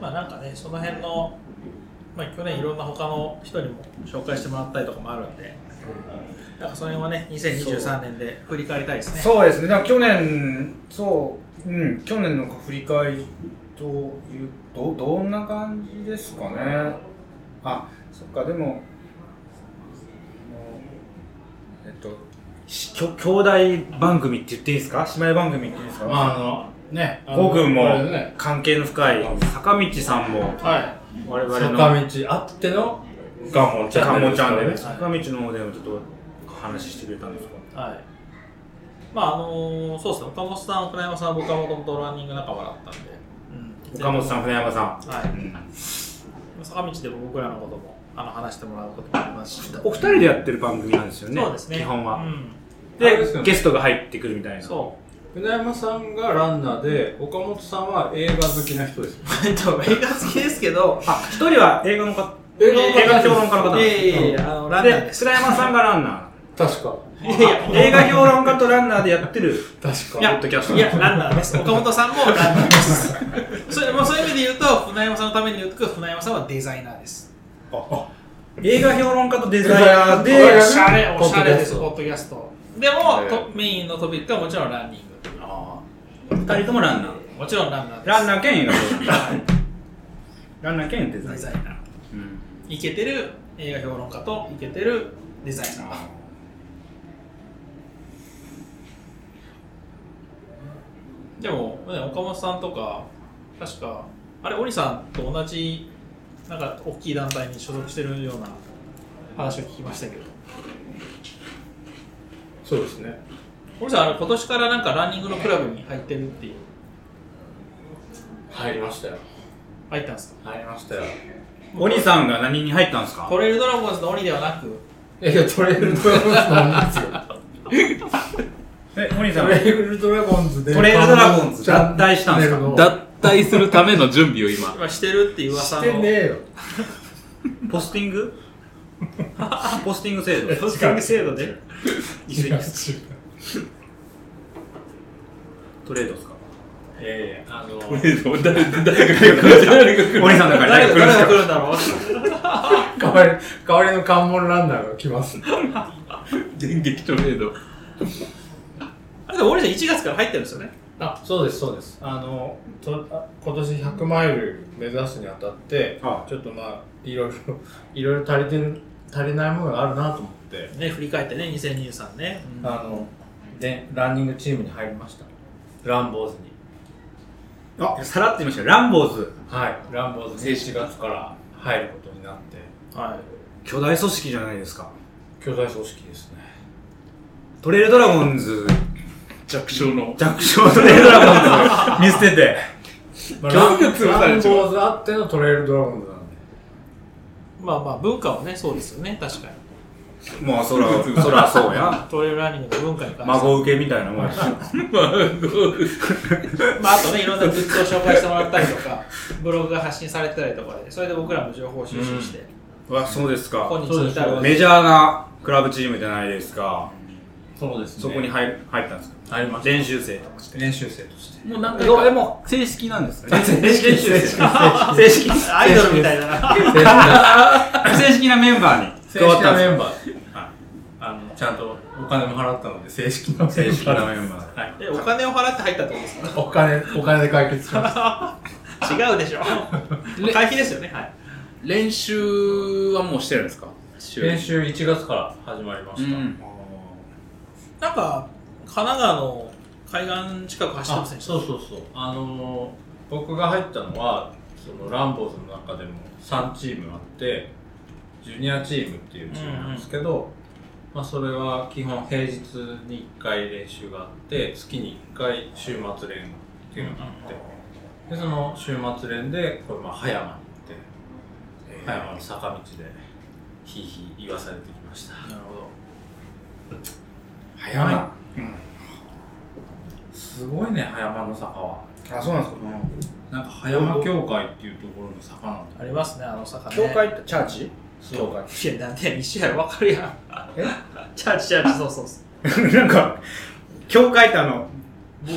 まあなんかねその辺の、まあ、去年いろんな他の人にも紹介してもらったりとかもあるんでなんかその辺はね2023年で振り返りたいですね
そうですねだから去年そううん去年の振り返りというどどんな感じですかねあそっかでももうえっとしきょ兄弟番組って言っていいですか姉妹番組っていいですか、
まああのねあの
ゴ君も
あれね
関係の深い坂道さんも
は
我
い
々の
坂道あっての関門チャ
関
ンネル
門
で
チ
すか
ャ
ら
ンネ
ね
ル坂道の方でもちょっと話してくれたんですか
はい。まああのそうですね、岡本さん、船山さん、僕はもともとランニング仲間だったんで、うん
岡本さん船山さん
はい、坂道でも僕らのこともあの話してもらうこともありますし、
お二人でやってる番組なんですよね
そうですね、
基本は、
うん、
あ
で
れですよね
ゲストが入ってくるみたいな
そ
船山さんがランナーで岡本さんは映画好きな人です
う、えっと、映画好きですけど、
あ一人は映画の方
映
映画評論家の方なん
い
で
や
す
いやいや、あのランナー
で
です。
倉山さんがランナ
確か
いやいや
ー映画評論家とランナーでやってる
確か
いや
ポッドキャスト
いや、ランナーです。岡本さんもランナーです。 それもうそういう意味で言うと、船山さんのために言うと、船山さんはデザイナーです。
映画評論家とデザイナーで
おしゃれ、おしゃれです、
ポ
ポ
ッ
ッドキャスト。でも、とメインのトピックはもちろんランニング。
二人ともランナー
もちろんランナーです。
ランナー兼映画評論家ランナー兼デザ
デ
イナ
ザ
ー
イナー。イケてる映画評論家とイケてるデザイナー。でも、ね、岡本さんとか、確か、あれ、織さんと同じ、なんか大きい団体に所属してるような話を聞きましたけど、
そうですね
織さん、あれ今年からなんかランニングのクラブに入ってるっていう、
入りましたよ
入ったんですか
入りましたよ
お兄さんが何に入ったんですか
トレイルドラゴンズの鬼ではなく、
い やいやトレイルドラゴンズなんですよ
えお兄さん
トレイルドラゴンズで
トレイルドラゴンズ
チャ
脱退したんですか
チャンネルの
脱退するための準備を今
今してるっていう噂
し
の。
てねえよ
ポスティングポスティング制度
ポスティング制度で。
いや違う
トレードですか
いやいや、あの、
誰誰が来る誰が来る
お兄さんの中
誰
で来るんで
が誰
す
が
か
来るんだろう
代わり、代わりの関門ランナーが来ます。
電撃トレード
あれでも織さん1月から入ってるんですよね。
あ、そうです、そうです。あの、とあ今年100マイル目指すにあたって、
は
ちょっとまあ、いろいろ、 いろいろ足りてる、足りないものがあるなと思って、
ね、振り返ってね、2023ね。
あの、で、ランニングチームに入りました。ランボーズに。
あさらって言いましたよランボーズ
はい、ランボーズに7月から入ることになって、
はい。
巨大組織じゃないですか
巨大組織ですね。
トレイルドラゴンズ
弱小の
弱小トレイルドラゴンズ見捨てて
まあ、
巨
ラン
大潰さ
ラン
れちゃう
ボーズあってのトレイルドラゴンズなんで。
まあまあ、文化はね、そうですよね、確かに。
もうそらそらそうや
トレイルランニングの文化に関して。
孫受けみたいなも んやし
まあ、あとね、いろんなグッズを紹介してもらったりとか、ブログが発信されてたりとかで、それで僕らも情報収集して、
わそうですか
ここに聞いたら
メジャーなクラブチームじゃないですか
そうですね
そこに入入ったんですか
ありました
練習生とかして
練習生と して
もうなんか
どれも正式なんですかね
正式正式
正式アイドルみたいだな
正式なメンバーに
正
加わっ
式
た
なん
で
メンバーではいあのちゃんとお金も払ったので正式なメンバーで
正式なメンバー
はい
えお金を払って入ったってことです
お金お金で解決しました
か違うでしょ会費ですよ ねはい
練習はもうしてるんですか
練習1月から始まりま
う
した、
ん
なんか神奈川の海岸近く走ってま
あ
せんでした
そうそうそうあのー僕が入ったのはそのランボーズの中でも3チームあってジュニアチームっていうチームなんですけど、まあ、それは基本平日に1回練習があって月に1回週末練っていうのがあって、でその週末練でこれまあ葉山に行って、葉山の坂道でひいひい言わされてきました
なるほど
葉山、すごいね葉山の坂は。
あそうなんですか
なんか葉山教会っていうところの坂なんだ
ありますねあの坂ね
教会ってチャーチ教会
いやなんで西原わかるやん
え
チャーチチャーチそうそうそう
なんか、教会ってあの、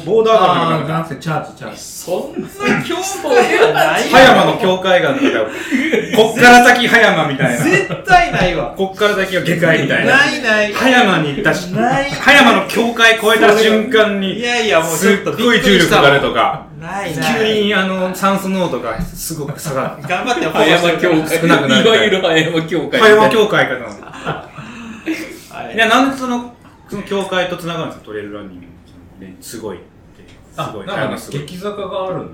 ボードアガーのなんか、
くてチャーチチャーチ
そんな凶暴ではない
葉山の教会がなんか、 こっから先葉山みたいな。
絶対ないわ
こっから先は下界みたいな。
ないない
葉山に行ったし、
ない
葉山の教会越えた瞬間
い
に、
やいやもうち
す
ょっ
っ
と
ごい重力があるとか、
ないない
急にあの、酸素濃度がすごく下がる。
頑張ってよ
葉山教会
少なくなる
いわゆる葉山教会
葉山教会かな。
はい
いや、なんでその、その教会と繋がるんですかトレイルランニングの。すごいって。すごい。葉
なん
山
か
すごい。
激坂があるの
うん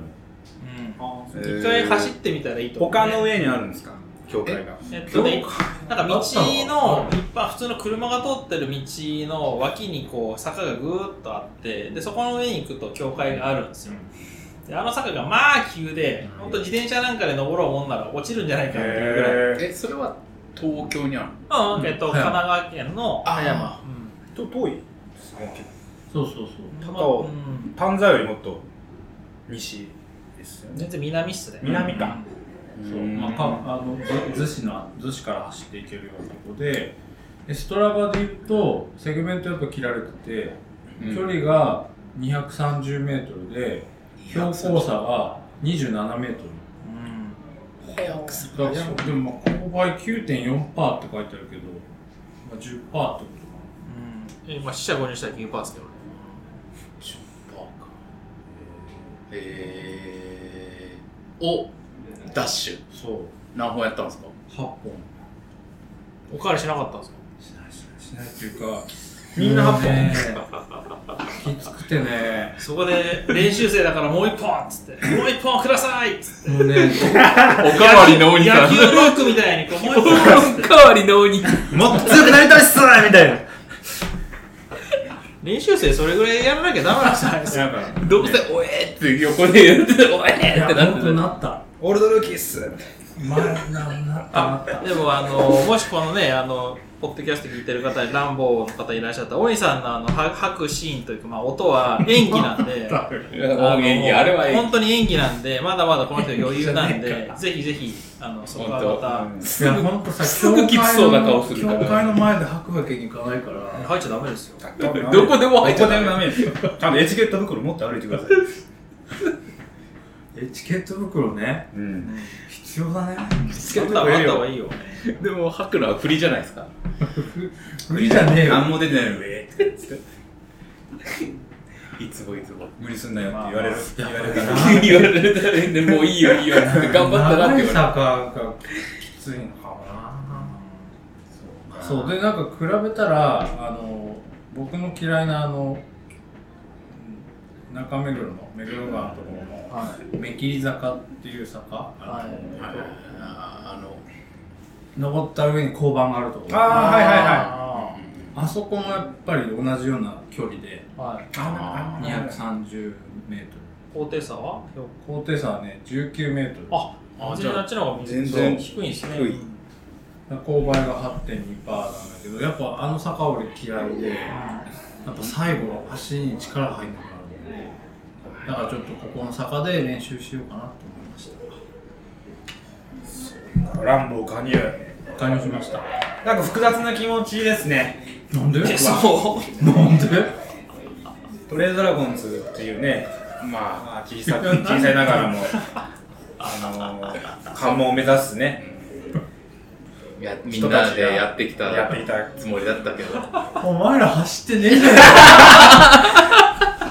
え
一
ー
回走ってみたらいいと思うね
丘の上にあるんですか教会が。
えっとね
教
なんか道
あ
の
ったの
一般普通の車が通ってる道の脇にこう坂がぐーっとあってでそこの上に行くと教会があるんですよであの坂がまあ急で本当自転車なんかで登ろうもんなら落ちるんじゃないかっていうぐらい
へ
えそれは東京にあるの
うんえっと神奈川県の葉山
ー。ちょっと遠いですね
そうそうそう
うん
高尾
うん
丹沢よりもっと西ですよね
全然南っすね
南か
そうまあかあのず逗子の逗子から走っていけるようなとこででストラバで言うとセグメントやっぱ切られてて距離が230メートルで標高差が27メートル
うん
だからでもまあ勾配9.4%って書いてあるけど、まあ、10%ってことか
うんえまあ死者購入したら9%ですけど
えー、おダッシュ
なそう
何本やったんですか
8本
おかわりしなかったんですか
しないしないしないっていうか
みんな
も
8
うねきつくてね
そこで練習生だからもう一本っつって もう一本くださいっつって
もうね
おかわりのお兄さ
野
ん
球ブロックみたいにこうもう一
お
本っつって
かわりのお兄さん
本もっと強くなりたいっすーみたいな
練習生それぐらいやらなきゃダメなんじゃないですか
なんか
どうせおえーって横で言ってておえ
い
ー
や
ってなって
本
た
当なった
オールドルーキーっす
まあななったなった
でもあのもしこのねあのポッドキャスト聞いてる方にランボーの方いらっしゃったら大井さんのあのは吐くシーンというか、まあ、音は演技なん で
いやもう演技あれは演技
本当に演技なんでまだまだこの人余裕なんでぜひぜひあのそこはまた
いや本当さ
すぐきつそうな顔するから
教会の前で吐くわけにいかないから
入っちゃダメですよ
どこでも入っち
ど
ゃ
こ
ダ
で
メ
もダメですよちゃんとエチケット袋持って歩いてください
エチケット袋ね
うん
必要だね
チケットはあった方がいいよ
でも吐くのは振りじゃないですか
無理じゃねえよ
何も出てないのえー
いつもいつも
無理すんなよって言われる言われるか
や
ら
っ
言われるたびにもういいよいいよって頑張ったなって言われ
長い
る
坂がきついのかもなそうでなんか比べたらあの僕の嫌いなあのうん中目黒の目黒川のところの、目切り坂っていう坂、あの
あの
登った上に交番があるところ
あーはいはいはい
は
あそこもやっぱり同じような距離で
いはい
あなんか
230メートル
高低差は
高低差はね19メートル
あ
あ
全然あっちの方が
全然
低いんですね
低い
勾配が8.2%なんだけどやっぱあの坂俺嫌いでやっぱ最後は足に力入んなくなるだからちょっとここの坂で練習しようかなと思いました
ランボー加入
加入しました
なんか複雑な気持ちですね。
なんで
えそう
なんで
トレードラゴンズっていうね、
まあ、
まあ、小さく小さいながらも、あのー、関門を目指すね、
やみんなでやってきた
やっていた。
つもりだったけど、
お前ら走ってねえじゃん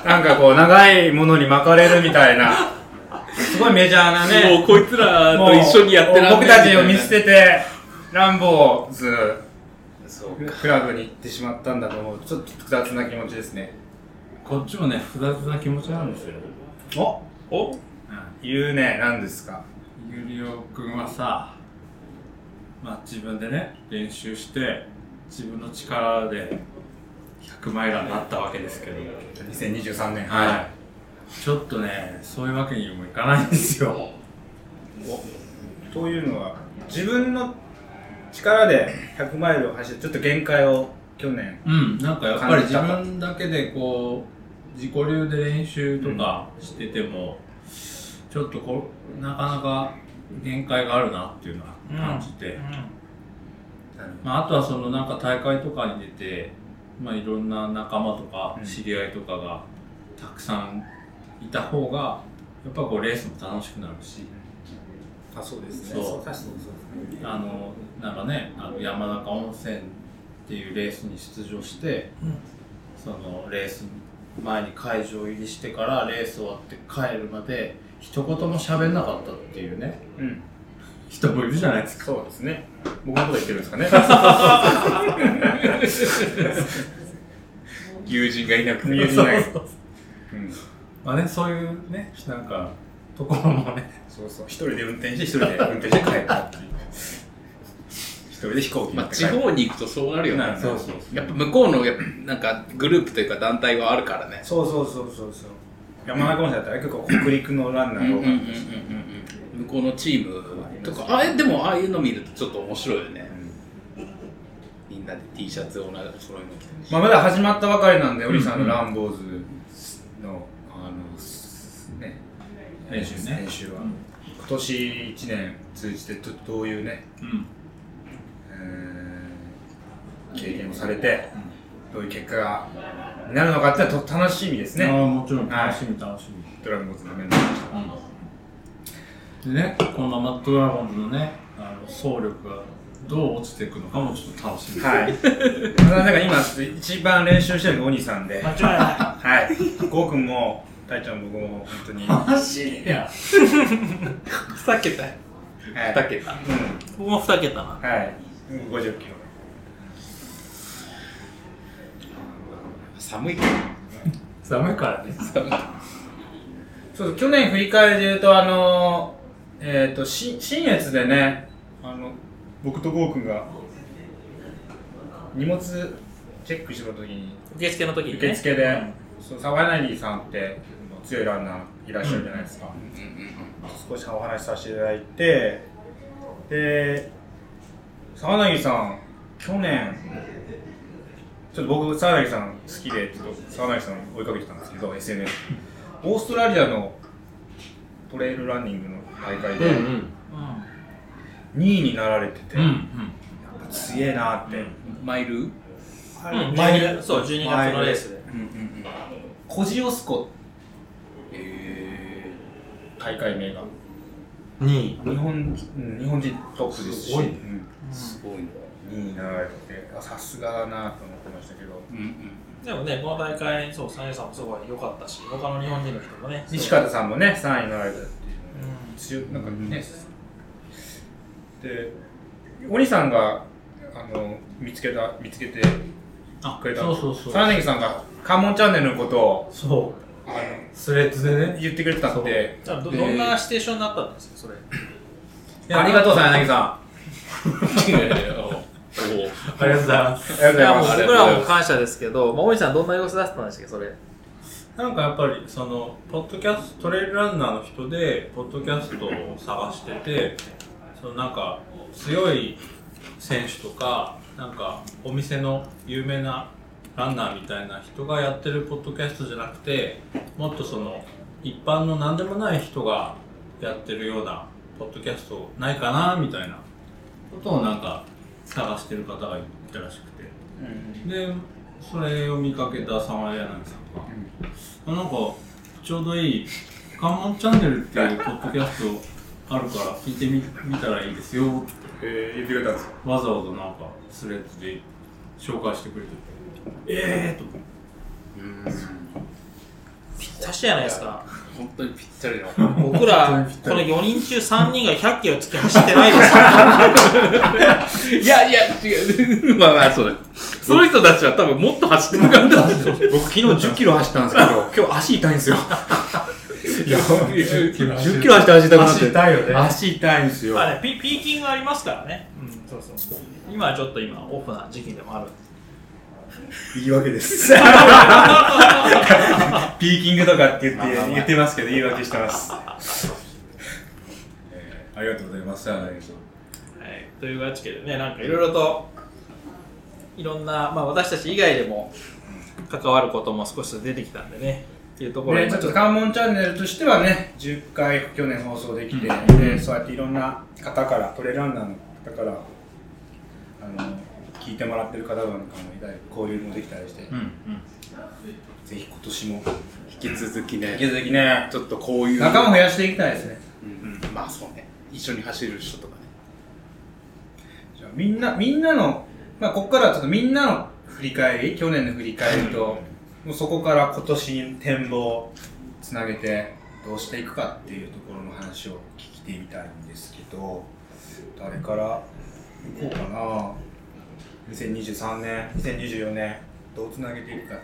なんかこう、長いものに巻かれるみたいな、 すごいメジャーなね、
もうこいつらと一緒にやってらん
僕
ねえ
たちを見捨てて、ランボーズ
そう
クラブに行ってしまったんだと思う。ちょっと複雑な気持ちですね。
こっちもね複雑な気持ちなんですよ
お
お
言うね、何ですか
ゆりおくんはさ、まあ、自分でね練習して自分の力で100マイラーになったわけですけど、
?2023 年。
い、ちょっとねそういうわけにもいかないんですよ
というのは、自分の力で100マイルを走る、ちょっと限界を去年。
うんなんかやっぱり自分だけでこう自己流で練習とかしてても、ちょっとこうなかなか限界があるなっていうのは感じて、まあ、あとはそのなんか大会とかに出て、まあ、いろんな仲間とか
うん
知り合いとかがたくさんいた方がやっぱこうレースも楽しくなるし
あ、そうです
そ
確
う
かにそうですね。
あのなんかねあの山中温泉っていうレースに出場して、
うん
そのレース前に会場入りしてからレース終わって帰るまで一言も喋んなかったっていうね
うん。
人もいるじゃないですか
そうですね。僕のこと言ってるんですか ね。
友人がいなくて。
友人ない。うん
まあねそういうねなんかところもね
そうそう。一人で運転して、一人で運転して帰るっていう。一人で飛行機乗
まあ、
って
地
帰る。
方に行くとそうなるよね。
そうそう
やっぱ向こうの、やっぱなんかグループというか団体があるからね。
そうそうそうそうそう山中温泉だったら結構北陸のランナ
うんう
ー
んうん
が
う
多
ん
かっ
うん向こうのチームとか、あえでもああいうの見るとちょっと面白いよね。みんなで T シャツをな揃いの着てるし
まあ、まだ始まったばかりなんで、オリさんのランボーズの、あの、ね、
練習ね
練習は。今年1年通じてど、どういうね、
うん
えー経験をされて、どういう結果が、なるのかっていうのはと楽しみです
あ
ね。
あもちろん
はい
楽しみ楽しみ、
ドラゴンズの面談。
でね、このマットドラゴンズのね、あの総力がどう落ちていくのかもちょっと楽しみです。
はい。なんか今、一番練習してるのが鬼さんで、
間違い な
はい。ゴーくんも、たいちゃんも僕も本当に、
マジいや、
い2桁や
はい。
だけど、
うん
僕も2桁な
はい。50キロ。
寒いから
寒いからね。
そうそう去年振り返りで言うと、あのー、えっ、と、し新越でね、あの、僕とゴーくんが、荷物チェックしてた時に、
受付の時にね
受付で、そう沢柳さんって、強いランナーいらっしゃるじゃないですか。少しお話しさせていただいて、で、沢柳さん、去年、ちょっと僕、沢柳さん好きで、ちょっと沢柳さん追いかけてたんですけど、SNS。オーストラリアのトレイルランニングの大会で、2位になられてて、
うんう
やっ
ん。
ぱ強えなって、
マイル
あ
うん、
れ
うん、
前に
12そう12月のレースで
コジオスコ
え
大会名が、
2位
日本うん日本人トップですし、
すごいね
うん
ー、すごいな。
2位になられてて、あさすがだなと思ってましたけど。
うんうん
でもね、この大会、そう、サネさんもすごい良かったし、他の日本人の人もね、
西
か
方さんもね、3位になられたっていうの
う
で、強いなんかね、で、お兄さんがあの見つけた、見つけて
あ
くれた、
そうそうそう。
沢ネギさんが、関門チャンネルのことを
そ
あの
う。スレッズでね。
言ってくれてたんで、
じゃあど、どんなシチュエーションになったんですか、それ。
や
ありがとう、沢ネギさん。ありがとうございま
ありがとうございます。
いや、もう僕
す。
らも感謝ですけど、まあ、大西さん、どんな様子だったんですか、それ。
なんかやっぱり、その、ポッドキャスト、トレイルランナーの人で、ポッドキャストを探してて、そのなんか、強い選手とか、なんか、お店の有名なランナーみたいな人がやってるポッドキャストじゃなくて、もっとその、一般の何でもない人がやってるような、ポッドキャストないかな、みたいな
ことをなんか探してる方がいたらしくてでそれを見かけた沢井柳さんが、あなんかちょうどいい「関門チャンネル」っていうポッドキャストあるから聞いてみ見たらいいですよって
えー、言ってくれたんです か
わざわざなんかスレッズで紹介してくれてええー、と思って
ぴったしじゃないですか。
本当にぴったりの。
僕ら、この4人中3人が100キロ突き走ってないですから。
いやいや、違う。まあまあ、そう だ。その人たちは多分もっと走ってるからだ。
僕昨日10キロ走ったんですけ ど、今日足痛いんですよ。10キロ走って足痛くなって。
足痛いよね
足痛いんですよ。
まあね、ピピーキングありますからね。うん、そうそうそう。今はちょっと今、オフな時期でもあるんで。
言い訳です。
ピーキングとかって言って、言ってますけど、言い訳してます。
ありがとうございます。
はい、というわけでね、なんかいろいろと、いろんな、まあ私たち以外でも、関わることも少しずつ出てきたんでね、っていうところ
ね、
で、
ちょっと関門チャンネルとしてはね、10回去年放送できて、でそうやっていろんな方から、トレランナーの方から、あの聞いてもらってる方々からもいたり交流もできたりして、
うん
ぜひ今年も
引き続き
引き
ね、
続きね、
ちょっとこういう。
仲間増やしていきたいですね。
うんうんまあそうね。一緒に走る人とかね。
じゃあみんな、みんなの、まあ、ここからはちょっとみんなの振り返り、去年の振り返りと、もうそこから今年に展望をつなげて、どうしていくかっていうところの話を聞いてみたいんですけど、誰から行こうかな。2023年、2024年、どうつなげていくか。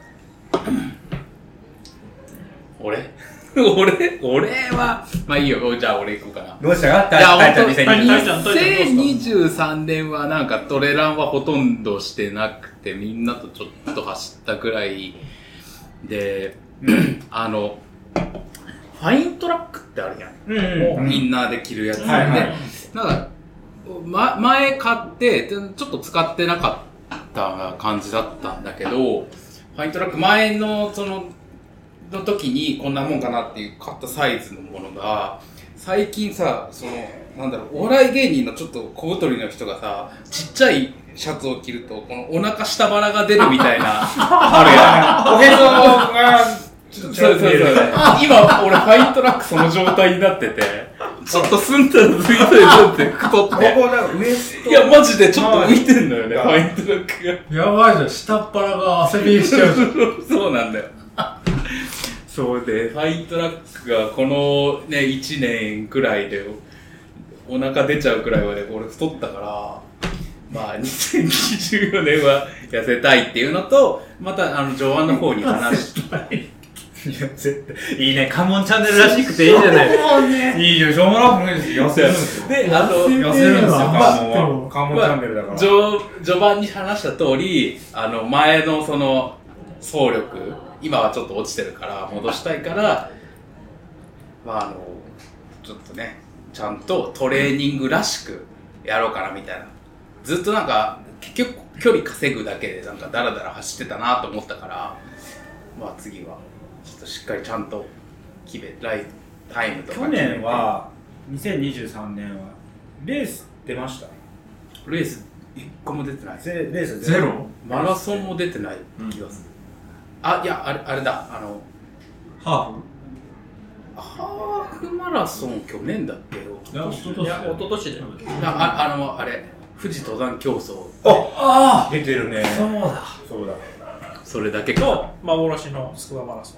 俺 俺俺は、まあいいよ。じゃあ俺行こうかな。
どうしたか
いや、
大ちゃん
本当
2023
大ちゃん大ちゃんどう
2023年はなんかトレランはほとんどしてなくて、みんなとちょっと走ったくらいで、あの、ファイントラックってあるやん。
うんうん。
インナーで着るやつで、
はいはい
なんか、ま、前買って、ちょっと使ってなかった感じだったんだけど、ファイントラック前の、その、の時にこんなもんかなっていう買ったサイズのものが、最近さ、その、なんだろう、お笑い芸人のちょっと小太りの人がさ、ちっちゃいシャツを着ると、このお腹下腹が出るみたいな、あるやん。おへそが、そうそうそう。今、俺、ファイントラックその状態になってて、ちょっとすんだら浮いたりなって、太っ
こ
て。
こだ、ウエスト。
いや、マジでちょっと浮いてんのよね、ファイントラックが。
やばいじゃん、下っ腹が汗びしちゃうじゃん。
そうなんだよ。そうで、ファイントラックがこのね、1年くらいで、お腹出ちゃうくらいまで俺太ったから、まあ、2024年は痩せたいっていうのと、また、あの、上腕の方に話して、
いや、絶対。いいね、関門チャンネルらしくていいじゃない。
いいよ、しょうもなくないですよ。痩せるんですよ。
で、あの、
痩せるんですよ、関門は。関門チャンネルだから。
序序盤に話した通りあの前のその総力今はちょっと落ちてるから戻したいからまああのちょっとねちゃんとトレーニングらしくやろうかなみたいなずっとなんか結局距離稼ぐだけでなんかダラダラ走ってたなと思ったからまあ次はちょっとしっかりちゃんと決めライタイムとか
去
決めて
年は2023年はレース出ました
レース一個も出てない
ゼレース
ゼロ
マラソンも出てない気がする、あいやあれあれだあの
ハ
ハーフマラソン去年だっけど
ーフいやおとと
いや、一昨年で。
あああのあれ富士登山競争
出てるねそうだそうだ
それだけ
と
か、
幻のスクワマラソ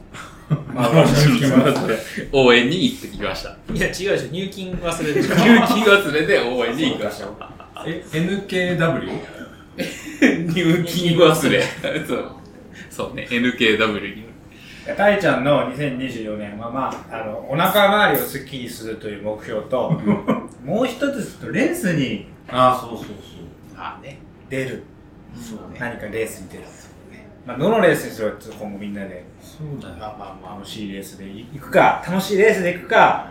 まあ私も聞きました
応援に行ってきました
ン。いや、違うでしょ、入金忘れて
有
る。
機忘れで応援に行きました
え NKW?
入金忘れそうそうね NKW に
いやたいちゃんの2024年はまああのお腹周りをスッキリするという目標ともう一つちょっとレースに
ああそうそうそう
あね
出る
そうね
何かレースに出るまあどのレースにするかちょっと今後みんなで
そうだ
まあ
よ
まあま
楽しいレースで行くか楽しいレースで行くか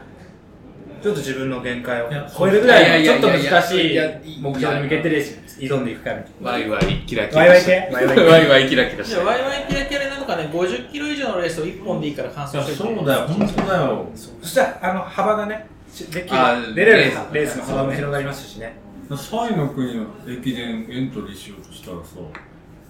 ちょっと自分の限界を超えるぐらいのちょっと難しい目標に向けてレースに挑んでいくかみたいな
あワイワイキラキラ
ワイワイ系
ワイワイワイキラキラし
じ
て
ゃあ、ワイワイキラキラなんとかね、50キロ以上のレースを1本でいいから完
い
走
や
して
そうだよ本当だよ
そしたらあの幅がねしでき
あー
る出れる
レース
レースの幅も広がりますしね
サイの国の駅伝エントリーしようとしたらさ、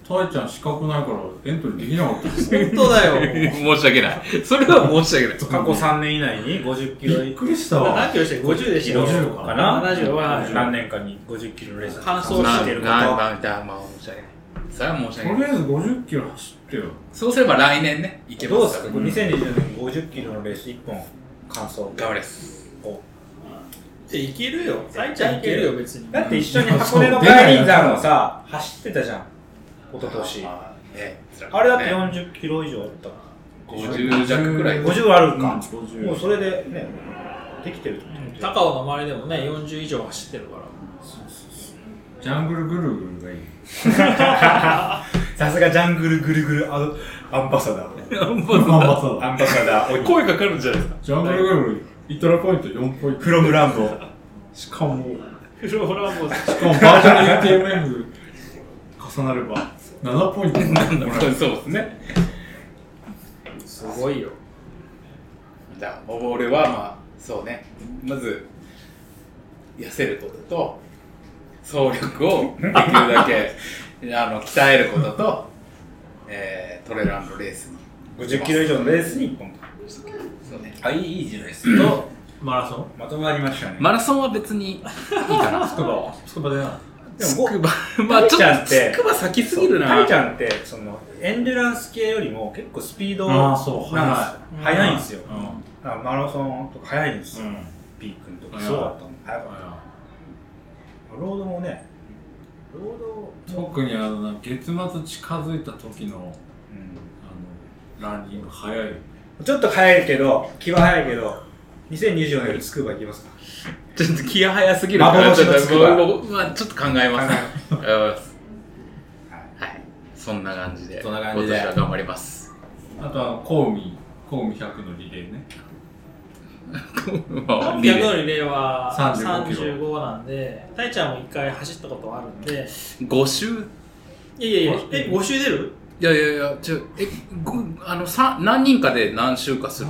タイちゃん資格ないからエントリーできなかったです
本当だよ。
申し訳ない。それは申し訳ない。
過去3年以内に50キロ
びっくりしたわ。
何キロでしたっけ ?50 でしたよ
50
かな
70は
何年間に50キロレース
完走
な
し
してて
る
る
こ。
こと
なまあ、だまあ、申し訳ない。それは申し
と
訳
り
ない。
あえず50キロ走ってよ。
そうすれば来年ね、いけ
どう
ま
ですす
か。
からこれ2020年50キロのレース1本完走
頑張れです。
いやいけるよ。サイちゃんいけるよ、別に。
だって一緒に箱根の帰り山をさ走ってたじゃん一昨年
まあね
あれだって
ね
40キロ以上あった
50弱くらい。
50あるか、
50
もうそれでねできてるってこと
うん高尾の周りでもね、40以上走ってるから。
ジャングルグルグルがいい。
さすがジャングルぐるぐるアドアンバサダー。アンバサダー。アンバサダー。
声かかるんじゃないですか。
ジャングルグルグル、イトラポイント4ポイント
フ。ロムランボー。
しかも、
俺はもう、
しかもバージョン UTMF 重なれば7ポイントもらえる。
そうですね。
すごいよ。
じゃあ、俺はまあ、そうね。まず、痩せることと、総力をできる だけあの鍛えることと、えー、トレランのレースに。
50キロ以上のレースに1本
そうね。
あいいいいじゃないですかと
マラソン
まとまりましたね
マラソンは別にいいかな。
つくばつくばでな。
で
つ
も
くば、まあちょっと
タイちゃんって
つくば先すぎるな。
タイちゃんってそのエンデュランス系よりも結構スピードなん
あー
です
そう
よ速いんですよ
うん。うん。
だからマラソンとか速いんですよピークの時
うん
そうだったの速かっ
あ
たロードもねロード
ら特にあのな、月末近づいた時の、
う
あの、ランニング早いよね。
んちょっと速いけど気は速いけど2024年よりつくば行きますか
ちょっと気が早すぎるから、
幻
ちょっ
の
と
つくば
僕まあ、ちょっと考えます。考えます。はい。そんな感じで、
そんな感じで
今年は頑張り ます。
あとは、コウミ、コウミ100のリレーね。
もうリ
100
レ
の
ー
リレーは
35キロ
35なんで、タイちゃんも1回走ったことあるんで、
5周
いやいやいや、え、5周出る
いやいやいや、ちょ、え、ごあの、さ何人かで何周かする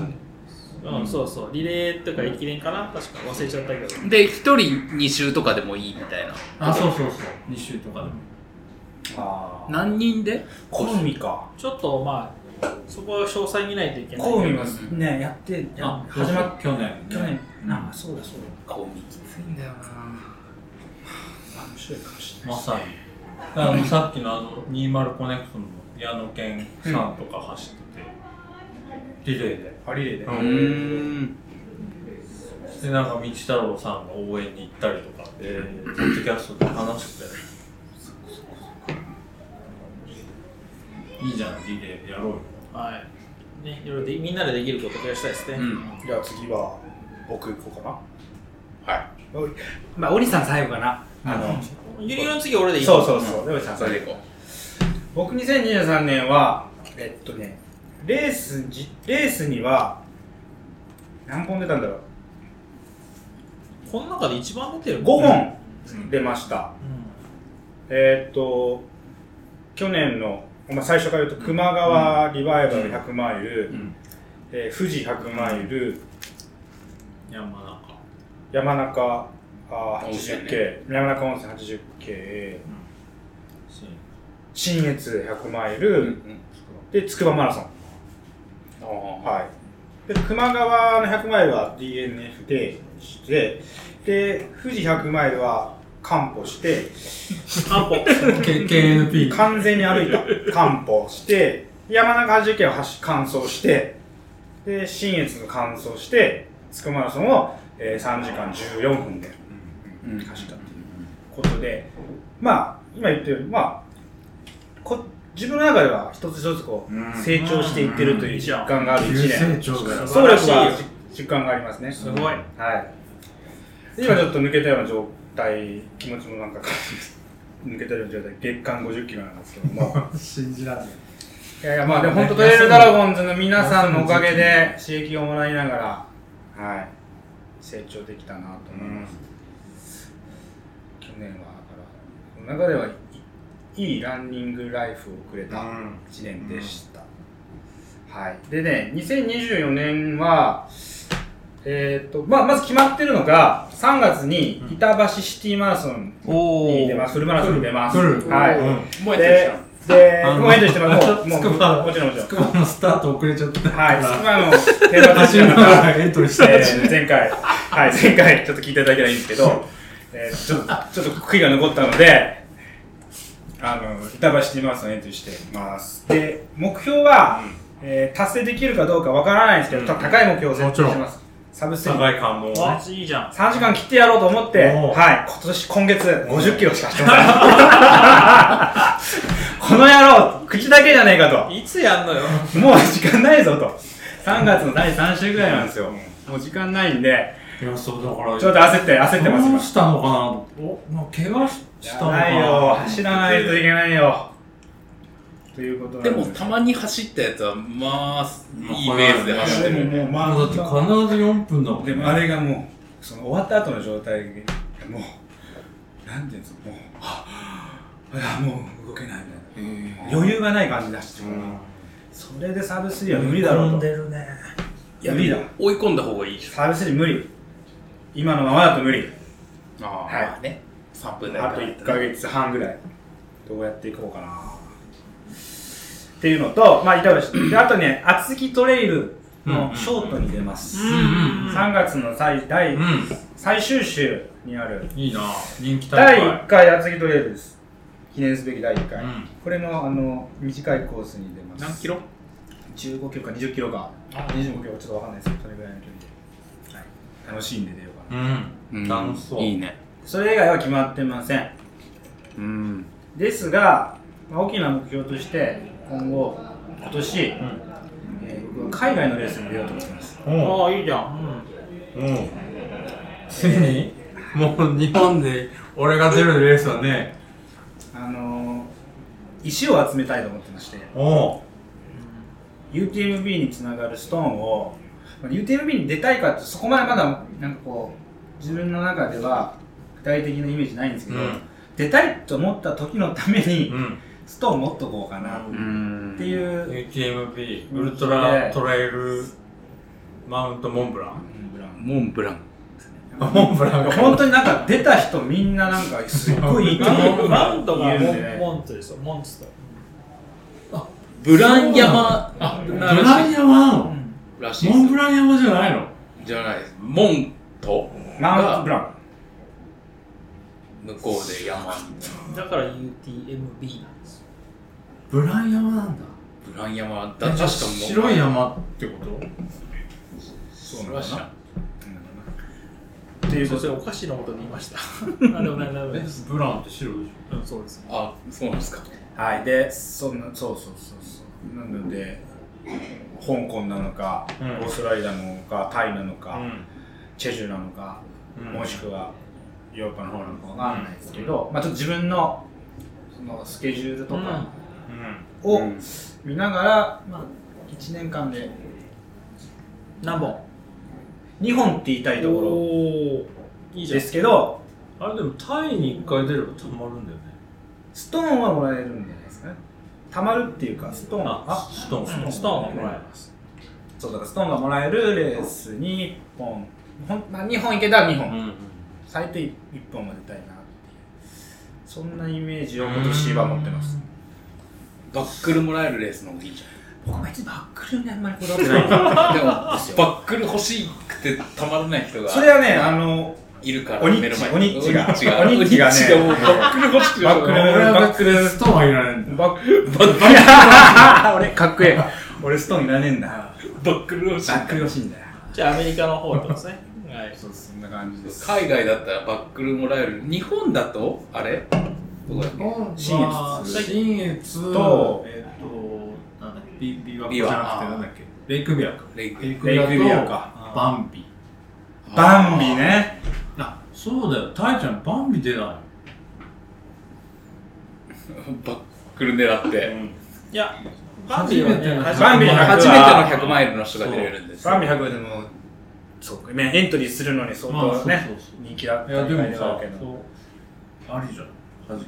うん、そうそう。リレーっていうか駅伝かな確か忘れちゃったけど。
ので、1人2周とかでもいいみたいな。
あ、そうそうそう。2周とかでも。
ああ
何人で
コウミか
ちょっとまあ、そこは詳細見ないといけない。
コウミもねやってや
あ、
始まっ
去年。
去年なあそうだそうだ
コミきついんだよな
あ面白いかもしれ
まさに。だからもうさっきのあの、20コネクトの矢野健さんとか走ってて、リレーで。
ないあリレーで
うーん。
で、なんか、道太郎さんが応援に行ったりとか、えー、ポッドキャストで話してて。いいじゃん、リレーやろうよ。
はい。ね、いろいろでみんなでできることを増やしたいですね。
うん。
じゃあ次は僕行こうかな
はい。
おいまあ、おりさん最後かな。あの、
ゆりの次俺でいい
そうそうそう、でおりさん
そ
最後
れでいこ
僕2023年は、えっとね、レースじ、レースには、何本出たんだろう。
この中で一番出てる
5
もんね。
本出ました。えっと、去年の、まあ、最初から言うと、熊川リバイバル100マイル、
ん
えー富士100マイル、
山中。
山中あー
温泉
80K、
ね
山中温泉 80K、
そう
新越100マイ
う。
ル、
うん。
で、つくばマラソン。
あー
はい。で、熊川の100マイルは DNF でして、で、富士100マイルは完歩して、
半歩。
K- KNP。
完全に歩いた。完歩して、山中80キロ走完走して、で、新越の完走して、つくばマラソンを、えー3時間14分で
うん
走ったっていうことで、まあ、今言ったように、まあ、こ自分の中では一つ一つこう、
うん
成長していってるという実感がある1
急
年。
成長だよ
総力が実感がありますね。
すごい。
はい。で今ちょっと抜けたような状態、気持ちもなんか 抜けたような状態、月間50キロなんですけども。
信じられない
いやいや、まあでも本当トレイルドラゴンズの皆さんのおかげで刺激をもらいながら、はい、成長できたなと思います。去年は、だから、この中ではいいいランニングライフを送れた1年でした。はい。でね、2024年は、えーっと、まあ、まず決まってるのが、3月に板橋シティマラソン
お
に出
ー。
ます。フルマラソンに出ます。
来る
はい。
もうやってるじ
で
ゃん、
で、
あの
もうエントリーしてます。もう、
つく
もう、
ば
もちろん もちろん。
筑波のスタート遅れちゃった
はい、
から
今の競馬
走
走
り
り
な
な
が
が
ら
ら、
エントリーして
えー前回、はい、前回ちょっと聞いていただけないんですけど、えーちょっと、ちょっと悔いが残ったので、あの、板橋シティマラソンエントリーしてます。で、目標は、えー達成できるかどうかわからないんですけど、た高い目標を設定してます。サブスリー
高い関門をね
あ、いいじゃん。
3時間切ってやろうと思って、はい、
おー
今年、今月、50キロしか走ってません。 この野郎、口だけじゃねえかと。
いつやんのよ。
もう時間ないぞと。3月の第3週ぐらいなんですよ。もう時間ないんで、
いやそうだから
ちょっと焦って、焦ってます、
ど
今
う。したのかなおなんか怪我ししたの
や
か
ば
ない
よ、走らないといけないよ。ということなん
で
で
も
す
たまに走ったやつはまあいいペースで走ってる
でももう、ま
あ
あ、
だって必ず4分だもん
でもあれがもう、その終わった後の状態で、もう、なんていうんですか、もう、あいや、もう動けないみたいな。余裕がない感じだし、それでサーブスリーは無理だろうと。
るね。
いや無理だ。
追い込んだ方がいいでしょ
サーブスリー無理。今のままだと無理。
あ
はい
まあね3分
あと1ヶ月半ぐらいどうやっていこうかなっていうのと、まあ、板橋であとね厚木トレイルのショートに出ます、
うんうん うん。
3月の最第、
うん
最終週にある
いいな人気大
第
会
1回厚木トレイルです記念すべき第1回、
うん
これのあの短いコースに出ます
何キロ
15キロか20キロか25キロかちょっとわかんないですけどそれぐらいの距離で、はい、楽しんで出ようかな、
うん楽しそう
いいね
それ以外は決まってません
うん
ですが、まあ、大きな目標として今後今年、えー僕は海外のレースに出ようと思ってます
ああ、いいじゃん。
うんついにもう日本で俺が出るレースはね
あのー石を集めたいと思ってまして
おう
UTMB につながるストーンをまあ UTMB に出たいかってそこまでまだなんかこう自分の中では具体的なイメージないんですけど、
うん
出たいと思った時のために
うん
ストーン持っとこうかなっ
うん
ていう、
UTMB ウルトラトレイルマウントモンブラン
ブランド
モンブラン
あ モンブランが
本当になんか出た人みんななんかすっごいいいと 思う
マウントが
言
モ
うんで
ンモンツですよ。モンツと。
ブラン山あ
ブラン
山
山なの
らしいで
モ
す
ンブラン山じゃないの
じゃないですモンと
マウントブラン
向こうで山
だから UTMB なんですよ。
ブラン山なんだ
ブラン山
え
だ確
じゃ
か
あ
もう
白い山ってこと
それは知らん
っていう
そ
こ
して
と
お菓子のこと言いました。あ、でもない、でもない
え。ブランって白でし
うん、そうです。
あそうなんですか
はいでそんなそうそうそうそうなので香港なのか、
うん
オーストラリアなのかタイなの
ょ
か、チェジュなのか、もしくはヨーロッパの方なのかわからないですけど、まあちょっと自分のそのスケジュールとか
う
を
うん
見ながら、まあ1年間で
何本
2本って言いたいとこ
おー。いい
ろ
じゃ
で
ん。
すけど
んあれでもタイに1回出ればたまるんだよね
ストーンはもらえるんじゃないですかねたまるっていうかストーン
あストーンストーン
ストーンはもらえ
ますそうだからストーンがもらえるレースに1本ほん、まあ、2本いけたら2本、
うん
最低1本は出たいなっていうそんなイメージを今年は持ってます
バックルもらえるレースの方がいいじ
僕別にバックルにあんまりこだわってない
ゃんでもバックル欲しくてたまらない人が
それはねあの
いるから
おにっち
目の前に
おにっちが
おにっちが
おにっちがね
おにっちがもうバックル欲しくて
バックル
俺は
バッ
別にストーンはいらないんだ
バック
バック
い
ル
やー 俺かっこええ俺ストーンいらねえんだバ
バックル欲しい
ックル欲しいんだよ
じゃあアメリカの方ですね。はい。
そうそんな感じです
海外だったらバックルもらえる日本だとあれどこだっけ
新越
新越
と
えっとなんだっけビビワコ
ビ
じゃ
ワ
なくてなんだっけレイクビアか
レイク
レイク
レイク
ビ
ビ
ア
ア
と
か
バンビ
バンビね
あそうだよタイちゃんバンビ出ない
バックル狙って、
いや、バンビーはね、
初
バンビの初
初め
め
て
て
の
の
100マイルの人が出れるんです
バンビ100でもそうかねエントリーするのに相
まあそ
当
うそう
ね
そう
人気だっ
い
た
やでも
みたいだ
さ
けど
そうありじゃん初めて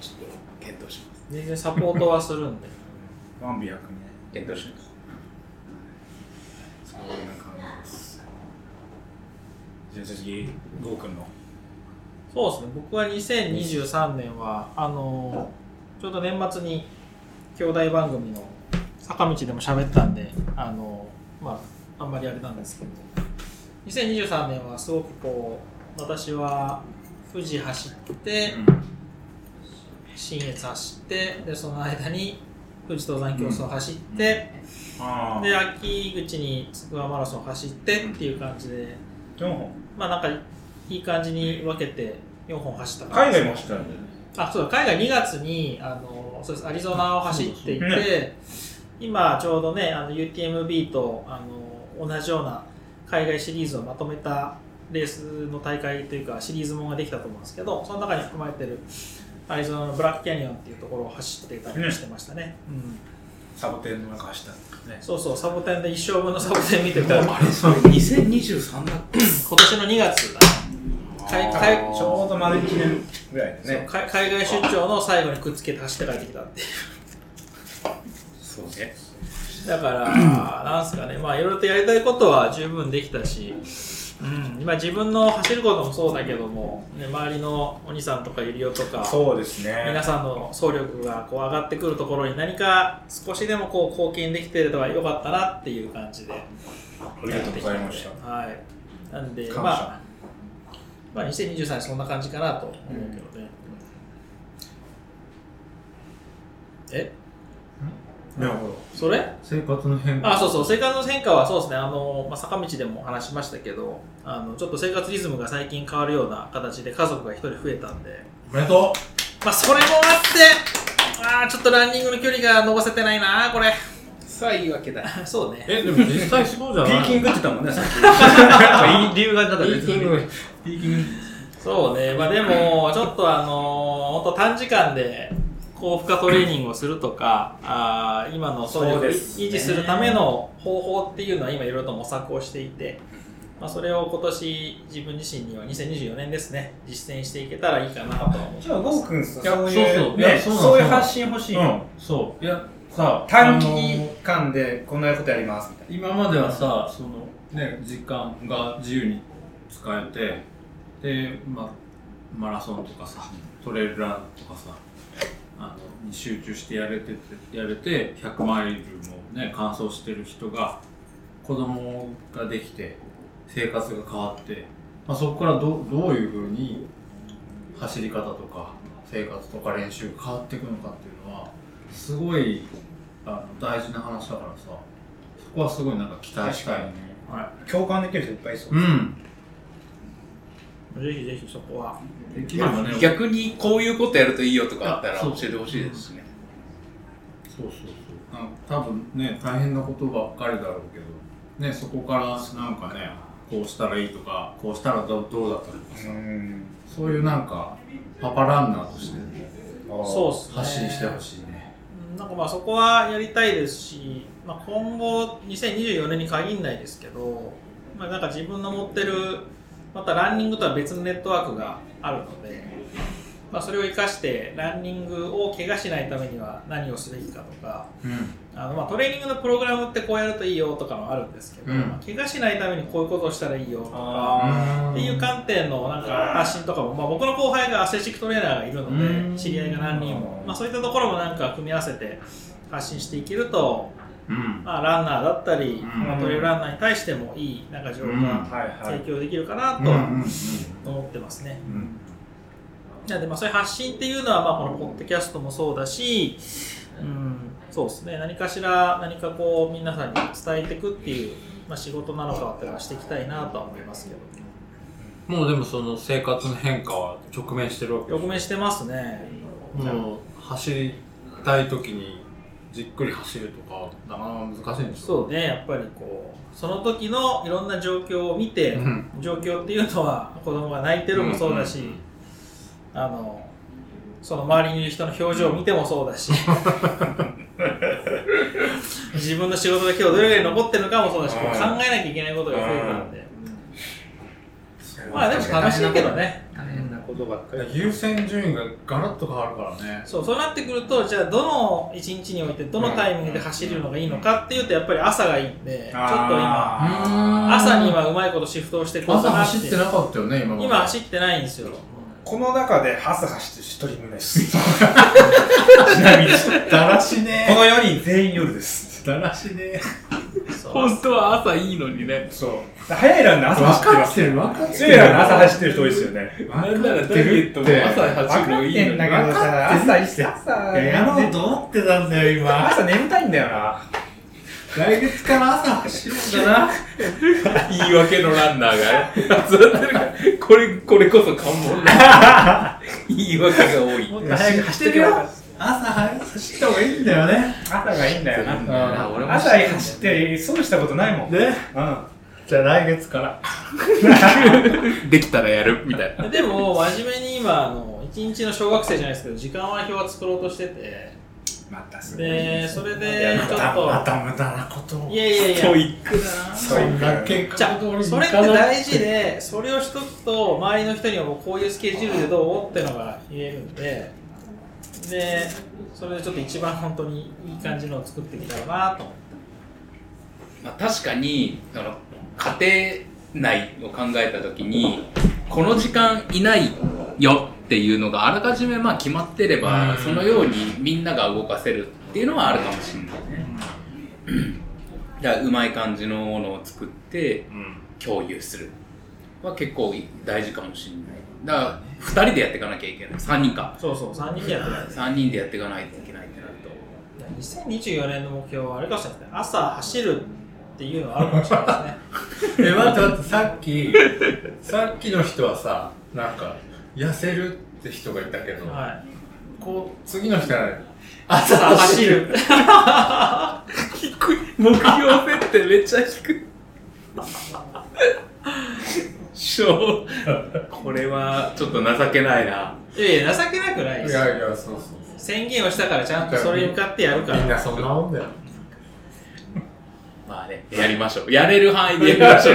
ちょっと検討します
全然サポートはするんで。
ワンビ役ね。
検討します
そんな感じです。
じゃあ次、ゴーくんの。
そうですね、僕は2023年は、あのーちょうど年末に兄弟番組の坂道でも喋ったんで、あのーまあ、あんまりあれなんですけど、2023年はすごくこう、私は富士走って、信越走って、で、その間に富士登山競争走って、
あ
で、秋口につくばマラソン走ってっていう感じで、
4本。
まあなんかいい感じに分けて4本走ったから
海外も走ったんだよね。
あそうだ海外2月にあのそうですアリゾナを走っていて、今ちょうどねあの UTMB とあの同じような海外シリーズをまとめたレースの大会というかシリーズもんができたと思うんですけどその中に含まれてるアリゾナのブラックキャニオンっていうところを走ってたりもしてましたね、
サボテンの中走ったんだよね。
そうそうサボテンで一生分のサボテン見てた今
あれそれ2023だっ
年の2月だ海海
ちょうど丸1年ぐらいだ
そう
ね。
海海外出張の最後にくっつけて走って帰ってきた っていう
そうね
だから、なんすかね、まあ、いろいろとやりたいことは十分できたし、うん、今自分の走ることもそうだけども、ね、周りのお兄さんとかゆりおとか、
そうです
皆
ね。
さんの総力がこう上がってくるところに何か少しでもこう貢献できてればよかったなっていう感じで
ありがとうございました。
はい。なんで、
感謝
まあ、まあ、2023年そんな感じかなと思うけどね。え
なるほど
それ
生活の変化
あそうそう生活の変化はそうですねあの、まあ、坂道でも話しましたけどあのちょっと生活リズムが最近変わるような形で家族が一人増えたんで、
おめでと
まあ、それもあってあーちょっとランニングの距離が伸ばせてないなこれ
さあ言い訳だ
そうね
え、でも実際そう じゃ
ピ
ない
ーキングって言ったもんね、さっき。
いい理由がだったら別に
ピーキング
そうねまあでもちょっとあの本当短時間で高負荷トレーニングをするとかあー今の総力を
そう
維
ですね
持するための方法っていうのは今いろいろと模索をしていて、まあ、それを今年自分自身には2024年ですね実践していけたらいいかなと思って
じゃあ、ゴーくんさ、
いや
そうい
そうそう
う、
いや
ね、
そうなの
そういう発信欲しい。
うんそういやさ
短
あの
期
ー
間でこんなことやりますみたい
今まではさそのね時間が自由に使えてでまあマラソンとかさトレイルランとかさあのに集中してやれててやれて100マイルもね完走してる人が子供ができて生活が変わって、まあ、そこからどどういうふうに走り方とか生活とか練習が変わっていくのかっていうのはすごいあの大事な話だからさそこはすごいなんか期待したいね。は
な共感できる人いっぱいいそう
い。うん。
ぜひぜひそこは
できればね。
逆にこういうことやるといいよとかあったら教えてほしいですしね
そうそうそう。なんか多分ね、大変なことばっかりだろうけど、ね、そこからなんかね、こうしたらいいとか、こうしたらどうどうだったとかさ、そういうなんか、パパランナーとして
そうっすね
発信してほしいね。
うんなんかまあそこはやりたいですし、まあ、今後2024年に限らないですけど、まあ、なんか自分の持ってるまたランニングとは別のネットワークがあるので、まあ、それを生かしてランニングを怪我しないためには何をすべきかとかあのまあトレーニングのプログラムってこうやるといいよとかもあるんですけど、
うん
まあ怪我しないためにこういうことをしたらいいよとか。
あ
っていう観点のなんか発信とかも、まあ、僕の後輩がアスレチックトレーナーがいるの
うん
で知り合いが何人も、まあ、そういったところもなんか組み合わせて発信していけると、
うん。
まあ、ランナーだったり、
うん
まあトレイルランナーに対してもいいなんか情報
うん
が
はいは
提
い。
供できるかな
うんうんうん
と思ってますね。
うん
なので、まあ、そういう発信っていうのは、まあ、このポッドキャストもそうだし、うん、そうですね、何かしら、何かこう、皆さんに伝えていくっていう、まあ、仕事なのかっていうのはしていきたいなとは思いますけど。
もうでもその生活の変化は直面してるわけでし
横目してますね。
うんもう走りたい時にじっくり走るとか、なかなか難しいんでしょ
そうね、やっぱりこう、その時のいろんな状況を見て、
うん
状況っていうのは子供が泣いてるもそうだし、あの、その周りにいる人の表情を見てもそうだ し、自分の仕事が今日どれぐらい残ってるのかもそうだし、こう考えなきゃいけないことが増えたんで。まあでも楽しいけどね。
大変なこ
ことばっかり
優先順位がガラッと変わるからね。
そうそうなってくるとじゃあどの一日においてどのタイミングで走るのがいいのかっていうとやっぱり朝がいいんでちょっと今朝にはうまいことシフトをしてこう
朝
かな
走ってなかったよね、今まで
今走ってないんですよ
この中でハス走ってる一人もいないです。ちなみに、
だらしね
この4人全員夜です。
だらしね
そう
本当は朝いいのにね。
そう。早いランで朝走ってる
分
わ
かってる、分かってる。
強いランで朝走ってる人多いですよね。
なんならダイエットも朝走るのいいのに。
どさ、朝いいっすよ。朝
やろうと思ってたんだよ、今。
朝眠たいんだよな。
来月から朝走るんだ な。
言い訳のランナー がね。集まってるからこれ、これこそ関門ランナー。言い訳が多い。
もっと
早く走ってるよ。
朝走った方がいいんだよね。
朝がいいんだよな。
あー俺も
朝走って損したことないもん。
ね。
うん。
じゃあ来月から。
できたらやる、みたいな。
でも真面目に今あの一日の小学生じゃないですけど時間割表を作ろうとしてて
またす
でそ
い
れ
や
で
ま
ちょ
ま
った
また
と
無駄なことを
い。やいやいや
教育
そんな結
じ
果
ゃあそれって大事でそれをしとくと周りの人にはもうこういうスケジュールでどうってのが言えるんででそれでちょっと一番本当にいい感じのを作ってきたらなと思って
まあ、確かにあの家庭内を考えた時にこの時間いないよっていうのがあらかじめまあ決まってればそのようにみんなが動かせるっていうのはあるかもしれないね。だからうまい感じのものを作って共有するは結構大事かもしれない。だから2人でやっていかなきゃいけない3人か
そうそう3人でやってないです
3人でやっていかないといけないってなると。
2024年の目標はあれかもしれないですね朝走るっていうのはあるかもしれないですね
え、待って待って、さっき、さっきの人はさ、なんか、痩せるって人がいたけど、
はい
こう、次の人はね、
朝走る
低い目標設定めっちゃ低いしょうこれはちょっと情けないない
やいや情けなくないで
い
す
やいや、そうそう。
宣言をしたからちゃんとそれに向かってやるか
みん
ら
なそんなもんだよ。
まあねやりましょうやれる範囲でやりましょう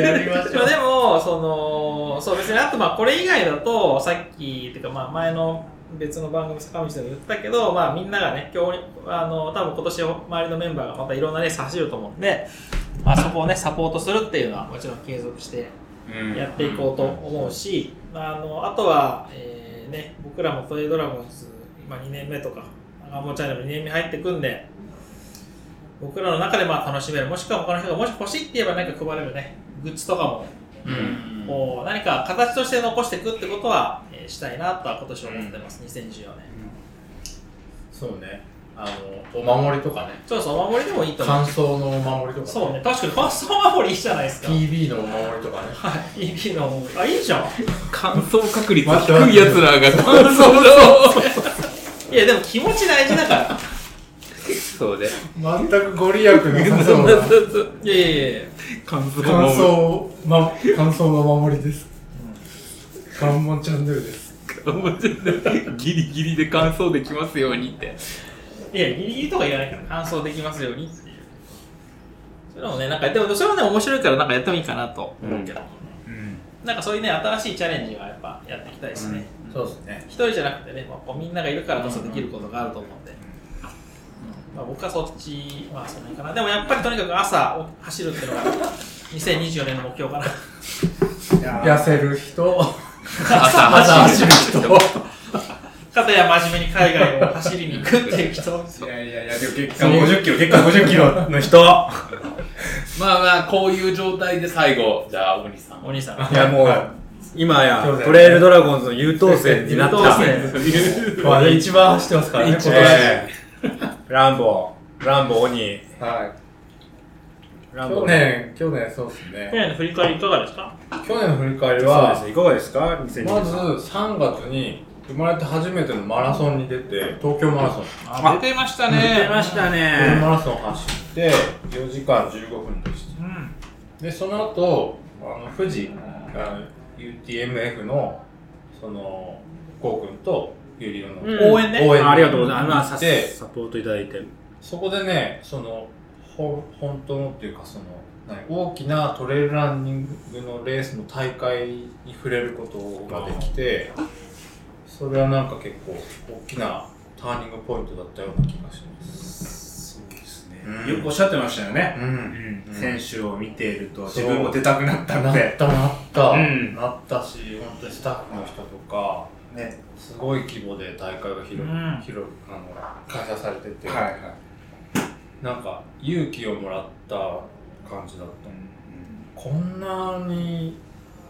やりまし
まあでもそのそう別にあとまあこれ以外だとさっきっていうかまあ前の別の番組坂道でも言ったけどまあみんながね今日あの多分今年周りのメンバーがまたいろんなレース走ると思うんで、まあ、そこをねサポートするっていうのはもちろん継続してやっていこうと思うし、あのあとは、えーね、僕らもトレイドラゴンズ今2年目とか赤ンチャンネル2年目入ってくんで僕らの中でまあ楽しめるもしくは他の人がもし欲しいって言えば何か配れるねグッズとかも
うん
こう何か形として残していくってことは、えーしたいなとは今年思ってます、2014年
そうね。あの、お守りとかね。
そうそうお守りでもいいと思う
乾燥のお守りとか。
そうね確かにファーストお守りいいじゃないですか
PB のお守りとかね。
はいいいのお守りあいいじゃん
乾燥確率
待って待っ
低い
て
やつらが乾燥だ
いやでも気持ち大事だから
そうね
全くご利益なさそうな。
いやいやいや
乾 燥
乾燥、ま、乾燥のお守りです。関門チャンネルです。
ギリギリで乾燥できますようにって
いや、ギリギリとか言わないから、乾燥できますようにっていう。それもね、なんか、でも、それもね、面白いから、なんかやってもいいかなと思うけど、なんかそういうね、新しいチャレンジはやっぱやっていきたいですね。
そうですね。
一人じゃなくてね、まあ、こうみんながいるからこそできることがあると思うんで。うんまあ、僕はそっち、まあ、その辺かな。でも、やっぱりとにかく朝を走るっていうのが、2024年の目標かな。
痩せる人、
朝
朝
走
走る
る
人。
かたや真面目に海外を走りに行くっていう人。
いやいやいや、でも月間50キロ、月間50キロの人。
まあまあこういう状態で最後じゃあ大西さん
お兄さんが。
いやもう、今や
そうだよね
トレイルドラゴンズの優等生になっ
優等
た。
生
まあ、一番走ってますからね、今
一
年。
番ランボー、ランボー鬼。
はい。
ランボ
去
ー。
年、去年そうです
去
ね。
年の振り返りいかがですか
去年の振り
そ
返り
うです
は、
ね、いかがですか ?2020
まず3月に生まれて初めてのマラソンに出て、東京マラソン。
あ、出てましたね。出てましたね。
フルマラソン走って、4時間15分でした。
うん。
でその後あの富士あの UTMF のそのこうくんとゆりおの、
うん応援ね
応援
あありがとうございます。まあ、
で
ササポートいただいて。
そこでねそのほ本当のっていうかその何大きなトレイルランニングのレースの大会に触れることができてそれはなんか結構大きなターニングポイントだったような気がします。
そうですね
うん
よくおっしゃってましたよね、
うん、うん
選手を見ていると
そう
自分も出たくなった
な
の
っ
で
たなった、
うん
なったし本当にスタッフの人とかねすごい規模で大会が広い、
うん
広いあの開催されてて、
はいはい
なんか勇気をもらった感じだった、こんなに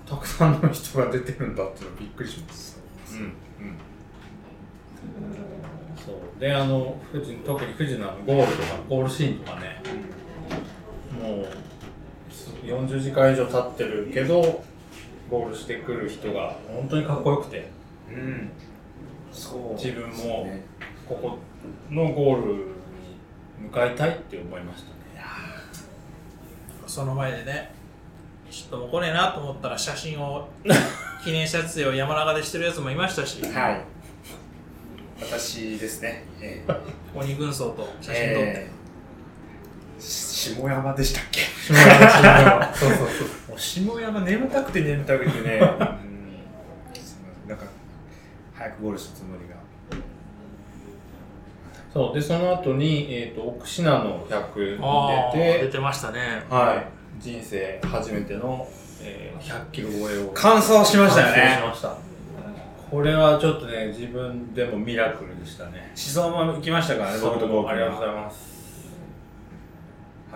たくさんの人が出てるんだっていうのびっくりしますうんうんそうであの富士特に富士のあのゴールとかゴールシーンとかねもうす40時間以上経ってるけどゴールしてくる人が本当にかっこよくて
うんそう
自分もここのゴールに向かいたいって思いましたね
その前でね、ちょっともう来ねえなと思ったら写真 を、記念撮影を山中でしてるやつもいましたし、
はい私ですね、えー
鬼軍曹と写真撮って、
えーし下山でしたっけ
下山そうそうそう
もう下山眠たくて眠たくてね、うん、なんか早くゴールしたつもりが
そうでその後にえっ、と奥信濃100
あ
に
ー
出
出
て
てましたね。
はい人生初めての、えー100キロ超えを
完走しましたよ
完走
ね
しましたこれはちょっとね自分でもミラクルでしたね
思想も行きましたからね僕と
そ
ゴ
う
ー
ありがとうござ
はい
ます、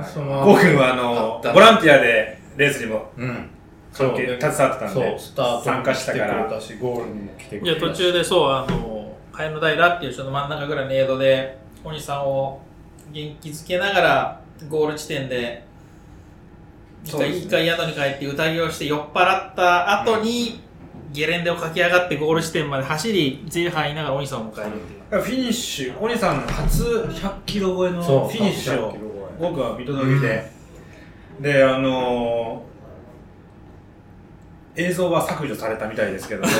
い
その
ゴー君はあのボランティアでレースにも
うん
関係携わってたん
そう
で
スタートに
参加したか
来てく
ら
れたしゴールにも来てく
い
れ
や、
たし
途中でそう、あの、ハエの平っていうちょっと真ん中ぐらいのエイドで、鬼さんを元気づけながら、ゴール地点で、一
そうで
回
すね
一回宿に帰って宴をして酔っ払った後に、ゲレンデを駆け上がってゴール地点まで走り、前半いながら鬼さんを迎えるってい
フ
う。
ィニッシュ、お兄さんの初100キロ超えの
そう
フィニッシュを
100キロ超え
僕は見届けて、で、あのー、映像は削除されたみたいですけども、あ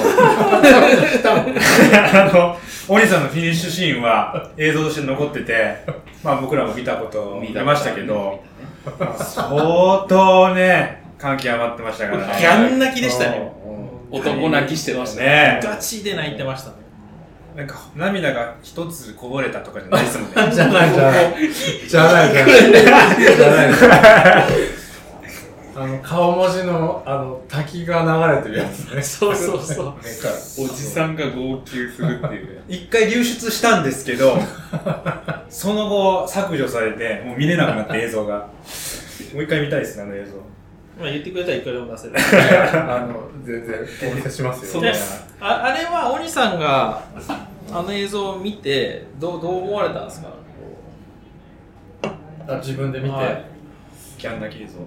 の、お兄さんのフィニッシュシーンは映像として残ってて、まあ僕らも見たこと見ましたけど、相当ね、感極まってました から
ギ
ね。
ャン泣きでしたね。
男泣きしてましたね。
ね
ガチで泣いてました ね。
なんか涙が一つこぼれたとかじゃないですもんね。
じゃないじゃないじゃないじゃないじゃないじゃないあの顔文字のあの滝が流れてるやつね
そうそうそう。
目から
おじさんが号泣するっていうね
一回流出したんですけ ど、その後削除されて、もう見れなくなって映像が。もう一回見たいですね、あの映像。
まあ言ってくれたらいくらでも出せる。
あの全然お見せしますよ
で ああれは鬼さんがあの映像を見てどうどう思われたんですか
あ自分で見て、
はい
ギャン泣き映像。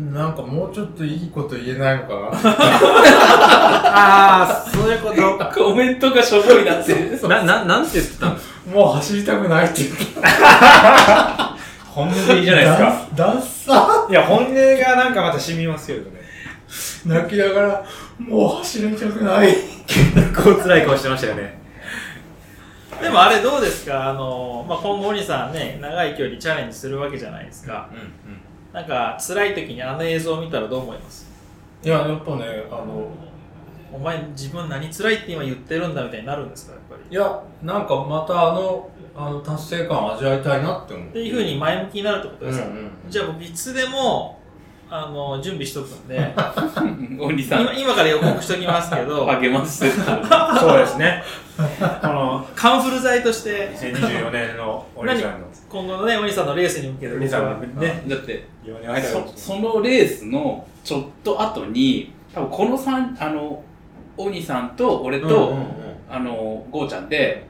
なんかもうちょっといいこと言えないのか
ああ、そういうこと。
コメントがしょぼいなって
なななんて言ってたの
なもう走りたくないって言って
本音でいいじゃないですか。
ダッサ
いや、本音がなんかまた染みますけどね。
ー泣きながらもう走りたくない
こう辛い顔してましたよね。
でもあれどうですかあの、まあ、今後鬼さんね長い距離チャレンジするわけじゃないですか、なんか辛い時にあの映像を見たらどう思います
いややっぱねあの
お前自分何辛いって今言ってるんだみたいになるんですかやっぱり
いやなんかまたあのあの達成感を味わいたいなって思う
っていうふうに前向きになるってことですか、
うんうん
じゃあ僕いつでもあの準備しとくん で
おじさ
今
ん
今から予告しときますけ ど
励ま してた
そうですね。この
カンフル剤として
2024年のお兄さんの。
今後のね、お兄さんのレースに向けて、
お兄さんの
僕は
ね、
だって
4年間
そそのレースのちょっと後に多分この三あの鬼さんと俺と、あのゴーちゃんで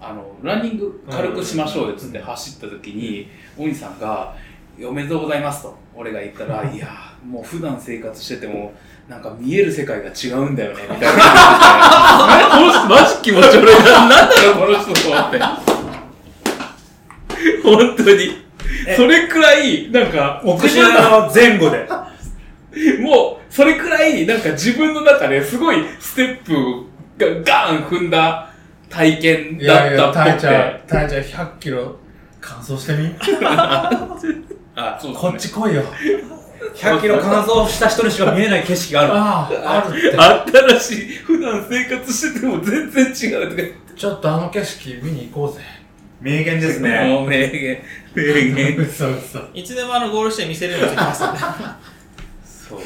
あのランニング軽くしましょうよっつって走った時に、鬼さんが「おめでとうございます」と俺が言ったら「いやーもう普段生活しててもなんか見える世界が違うんだよね」みたいなこの人 マジ気持ち悪い ななんだろうこの人と思って本当にそれくらいなんか
奥島の前後で。
もう、それくらい、なんか自分の中ですごいステップがガーン踏んだ体験
いやいや、
だっ
タ
たっ
イ
ぽく
ち
て
ゃん、タイちゃん100キロ完走してみ
あ
そうです
こ
ね
っち来いよ。100キロ乾燥した人にしか見えない景色がある。
ああ、あるって。
あったらしい。普段生活してても全然違うとか言って。
ちょっとあの景色見に行こうぜ。
名言ですね。
もう名言、名言。
嘘嘘。
いつでもあのゴールして見せるようにしてきますんで
そう。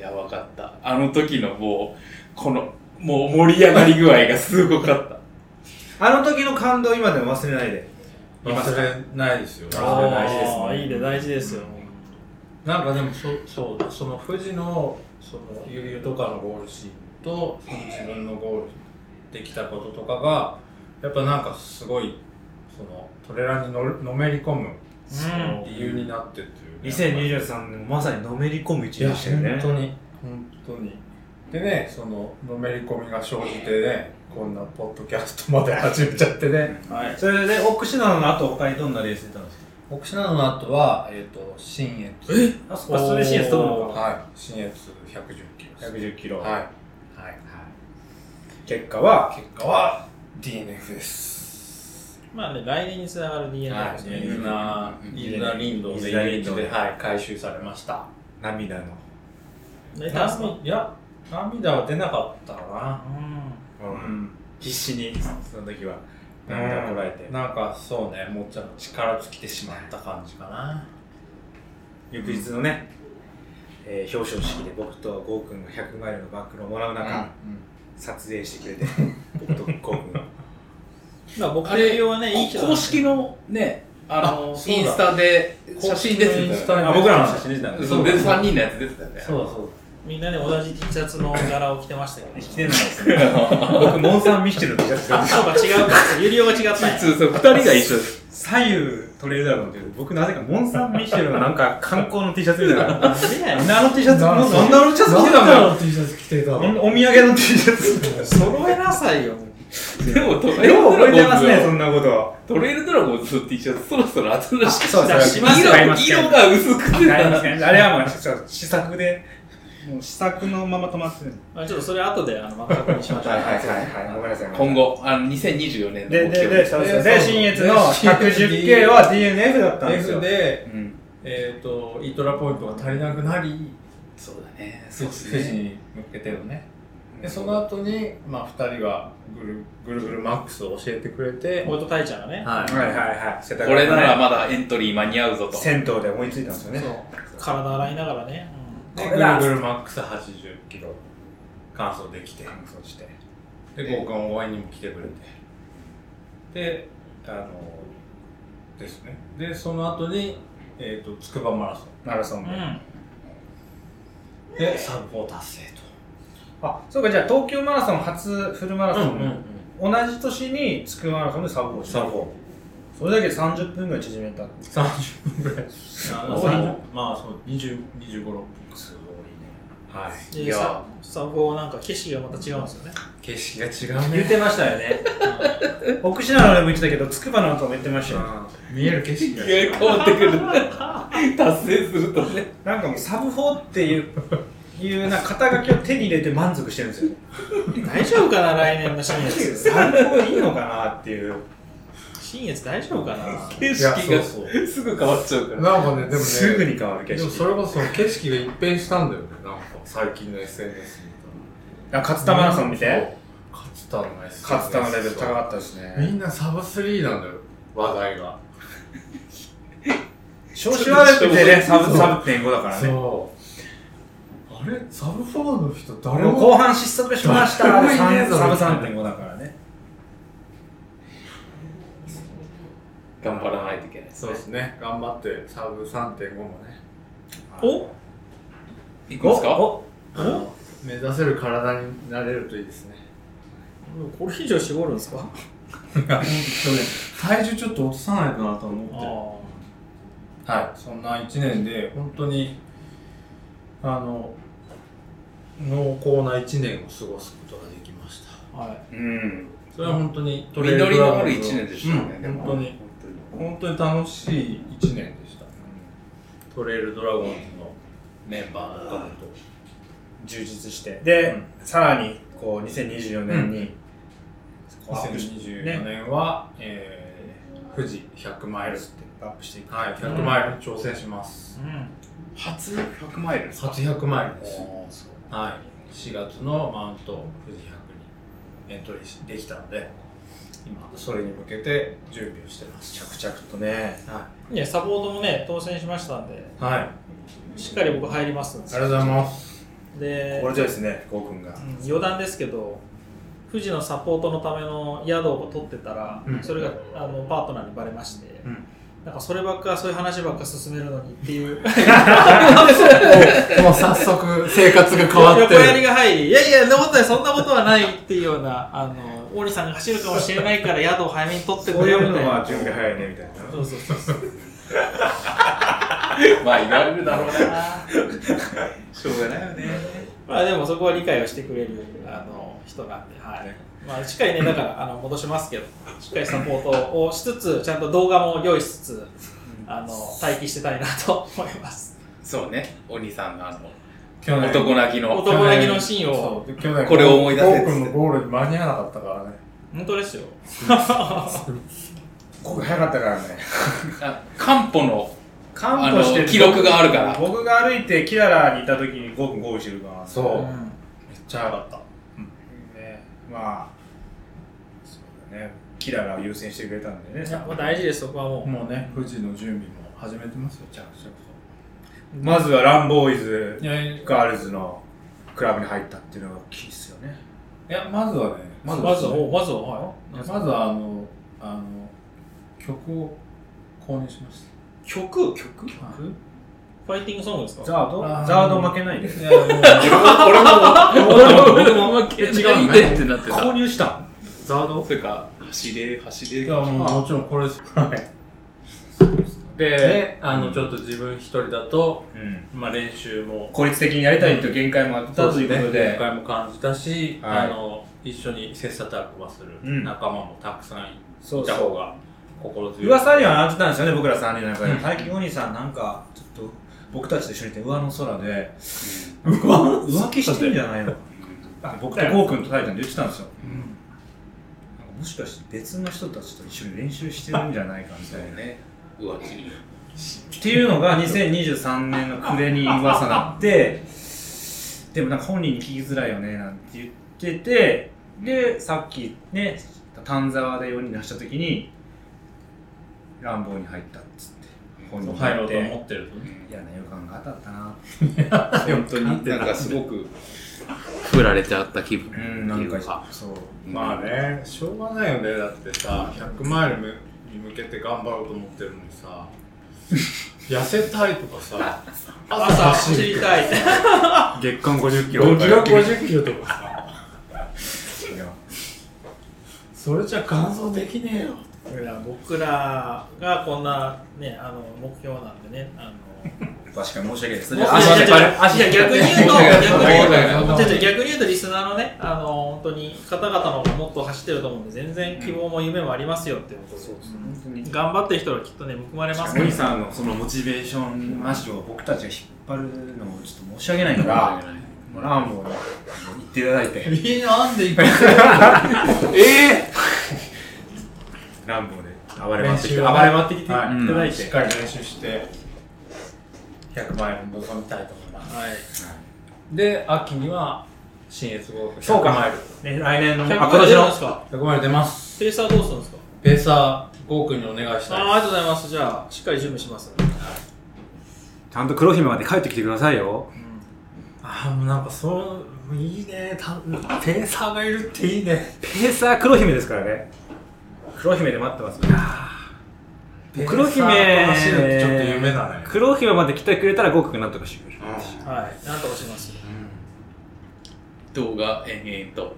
やばかった。あの時のもう、この、もう盛り上がり具合がすごかった。
あの時の感動今でも忘れないで。
忘れないですよ。
あーそれ大事ですね
あーいいね、大事ですよ。
なんかでもそそうだその富士のそのゆりゆとかのゴールシーンとその自分のゴールできたこととかがやっぱなんかすごいそのトレラにのるのめり込む
うん
理由になってっていう、
2023年まさにのめり込む一
いや
年でしたよ
本
ね。
当に本当にでねそののめり込みが生じてねこんなポッドキャストまで始めちゃってね
はい。
それで、奥シナの後他にどんなレース出たんですか
僕信濃の後はえっ、と新越
あそこはそれシーンどうなのか
はい新越110キロです
110キロ。
はいはい
結果は、
結果は DNF です。
まあね、来年につながる DNA ですね。
ユーナ、ユーナリンドウ
ユ
で
ーナリンドウ
UH で、はい、回収されました。
涙の。
でタスマ
涙いや、涙は出なかったか
う
うん。必死に、その時は、
な。
涙こらえて
うん。なんかそうね、もうちょっと力尽きてしまった感じかな。
翌日のね、えー表彰式で僕とゴーくんが100マイルのバックルをもらう中、撮影してくれて、 僕とゴーくん。
ん。まあ、僕の栄養はね、いい人だね
公式のね、あの、
あそうだ
インスタで写真出て
インス
たよ
タ
ね。
に
あ、僕らの写真出てたんで。
そう、で、3人のやつ出てたよね。
そうだそう
みんなね、同じ T シャツの柄を着てましたよね。
来てないです ね。僕、モンサン・ミッシェルの T シャツ
あ、
が
そうか、違うか。ユリオが違ったんや。
普通、そう、2人が一緒です。
左右トレーダーのっていう僕なぜかモン・サン・ミッシェルのなんか観光の T シャツみたいな。
ダメだよ
なんであの T シャツ、
な
なんんであの T シャツ着てたんだよ。
の T シャツ着てた
お土産の T シャツ。
揃えなさいよ。
でも、トレイル
よう
ド
覚
ラ
え
ゴ
てますね、そ
ンズ
んなこと。
トレイルドラゴンズの T シャツ、そろそろ新しく
そう
じゃあします
色
よ。
買います
色が薄くて
買いますねあれはもうそう試作で、もう試作のまま止まってる。
あちょっとそれ後で、あの、また確認しましょう。
いはい。ごめんなさい。
今後、あの、2024年の
で、
目
で、
標
で、そうそう。
え
で、
ーそう
新越の 110K は DNF だったんですよ
F。で、
うん。
えっと、イートラポイントが足りなくなり、
そうだね。
フ
そう
ェ
で
チ
す
フェチ
ね。
に向けてのねでその後にまあ、2人がぐるぐるぐるマックスを教えてくれて、
ホイトタイちゃんがね、
はい
はいはいはい。世田
これな
ね
らまだエントリー間に合うぞと。
銭湯で思いついたんですよね。
体洗いながらね。
で
こ
ぐ
れ
る
だ
ぐるマックス80キロ完走できて
そうして。
で合コン応援にも来てくれてであのですねでその後にえっ、とつくばマラソ
マラソ
う
ン
ん。
で。
ンで3号達成
あ、そうか、じゃあ東京マラソン初フルマラ
と
ソン。同じ年につくマラソンでサブをしたそれだけで30分ぐらい縮めた
30分ぐらい30まあそう2 5 6分
すごいね
はい
で
いや
さ、さこうなんか景色がまた違うんですよね。
景色が違う
言っ
ね
てましたよ ね奥信濃でも言ってたけどつくばのとも言ってましたよ、
見える景色が違う
変わってくる。達成するとね。
なんかもうサブ4っていういうな肩書きを手に入れて満足してるんですよ
大丈夫かな、来年の新越。
サブ4いいのかなっていう
新越大丈夫かな。
景
いや
色が
そう
すぐ変わっちゃうから。
なんかねでもね
すぐに変わる景
でも
色
それこそ景色が一変したんだよねなんか最近の SNS 見
あ勝
た
田
ら
マラソン見て
勝田の SNS
勝田のレベル高かったです
み
ね
んなサブ3なんだよ話題が
少子ワールドでねサブサブ点5だからね
そうあれサブ4の人誰も
後半失速しました
誰もい
サ
ねえ
ブ
ぞ
3.5だからね
頑張らないといけないです
そう
ね
で。すね頑張ってサブ3.5もね
お
いくんですか
あの目指せる体になれるといいですね
これ以上絞るんですか
体重ちょっと落とさないとなと思
ああ。
てはいそんな1年で本当にあの濃厚な1年を過ごすことができました
は
うん
それは本当にトレイル
緑
ラ
のあ
ン
る
ズ
1年でしたね。
うん
でも
本当に。本当に楽しい1年でした、トレイルドラゴンズのメンバーの方と
充実してで、さらにこう2024年に、こうアップし
2024年は、えー富士100マイルって
アップしていく。
はい、100マイル挑戦します。
初100マイルですか
初100マイル
お
です。
ーそう
はい、4月のマウント富士100にエントリーしできたので、今、
それに向けて準備をしてます。着々とね。
は
ね、サポートもね、当選しましたんで、
い、はい、あ
しっかり僕入りますんで
りがとうございます。
で、
心強いですね、こうくんが。
うん余談ですけど、富士のサポートのための宿を取ってたら、
うん
それがあのパートナーにバレまして、
うん
なんかそればっか、そういう話ばっか進めるのにってい
も
う、
う早速生活が変わっ
横
て
やり
る
が入り、いやいや、そんなことない、そんなことはないっていうような、あの大西さんが走るかもしれないから、宿を早めに取って
こ
く
う
れ
い
よみ
う
たい
の
な。
は準備早いね、みたいな。
そうそうそうそう
まあ言われるだろうな
あー
しょうがないよね
まあでもそこは理解をしてくれるあの人なんで、はいまあ、しっかりね、だからあの戻しますけど、しっかりサポートをしつつ、ちゃんと動画も用意しつつ、あの待機してたいなと思います。
そうねお兄さんのあの
去年
男泣きの
男泣きのシーンを、
そう去年
これを思い出せっつ
ゴー
って
君のゴールに間に合わなかったからね
本当ですよ。
ここ早かったからね。
あカンポの
完歩して
あの記録があるから
僕が歩いてキララにいた時にゴーくんゴールしてるから。。
そうう、
うん
めっちゃ早かった
ね、まあ、そうだね。キララを優先してくれたんでね。
やっぱ大事です、そこはも
もうね富士の準備も始めてますよちゃんと
まずはランボーイズ
いやい
ガールズのクラブに入ったっていうのが大きいっすよね。
やまずはね
う。まず
は
は、まずは、まずははい
やまずはあのあの曲を購入しまし
曲
た曲
ファイティングソングですか
ザード
あー
ザード負けないで。
いやもう
俺も 俺も俺も違うねってなって
購
た
入したんザード
それか走れ走
い
れ
やもうもちろんこれです
で、あの、ちょっと自分一人だと、
うん。
まあ練習も、
効率的にやりたいという限界もあったということ
ね
で
今。回も感じたし、
はい
あの、一緒に切磋琢磨す
う
る
ん
仲間もたくさんい
そう
た
そう
方が心強い。
噂にはなってたんですよね、僕ら3人の中で。
うん
最近お兄さん、なんか、ちょっと、僕たちと一緒にいて、上の空で、浮浮気してんじゃないの僕とゴー君とタイタンで言ってたんですよ。なんかもしかして別の人たちと一緒に練習してるんじゃないかみた
そ
いな
う。ねうわちり
っていうのが2023年の暮れに噂なって、でもなんか本人に聞きづらいよねなんて言ってて、で、さっきね、丹沢で4人出した時に、乱暴に入ったっつって、本人に
入
入
ろ
っ
うと
て、
思ってるとね。
嫌な予感が当たったな
本当になんかすごく振られてあった気分って
う、
いうん
なんか、そう。
まあねしょうがないよねだってさ100マイルに向けて頑張ろうと思ってるのに さ痩せたいとか さ
朝走りたい。
月間50キ
5キロ50キロとかさ
いや
それじゃ完走できねえよ
いや僕らがこんな、ね、あの目標なんでね。あの
確かに申し訳ないです。
いや
足引っ張る足
いや
引っ張
逆
る
に言うと、
申し
逆
訳
に
ない
言
申
うと
し訳ない
じゃあじゃあ逆に言うとリスナーのね、あの本当に方々の方がもっと走ってると思うんで、全然希望も夢もありますよっていうことで、
本当に
頑張ってる人はきっとね、報われます
お
ね
兄さんのそのモチベーションマジを僕たちが引っ張るのをちょっと申し訳ないから、もうラームを行っていただいて、
えなんで
え
ラームで暴れ回
練
ってきて、
習
暴
は
れ回ってきて、
はい
いただい、
してっかり練習して100マイルに臨みたいと思います
はい
で、秋には、新越合格
そうか
100マイル。
ね、来年の、
100
あ、
万
今
出
年
るんで
の
すか
100マイル出ます。
ペーサーどうするんですか
ペーサー、ゴー君にお願いし
あ
た
ーあり
い
がとうございます。じゃあ、しっかり準備します。
ちゃんと黒姫まで帰ってきてくださいよ。
ああ、もうなんかそう、いいね。たペーサーがいるっていいね。
ペーサー黒姫ですからね。黒姫で待ってますから。黒
ペーサーと走るっ
姫、
てちょっと夢だね。
黒姫まで来てくれたら合格なんとかしてくれる。
はい、なんとかします。
動画延々と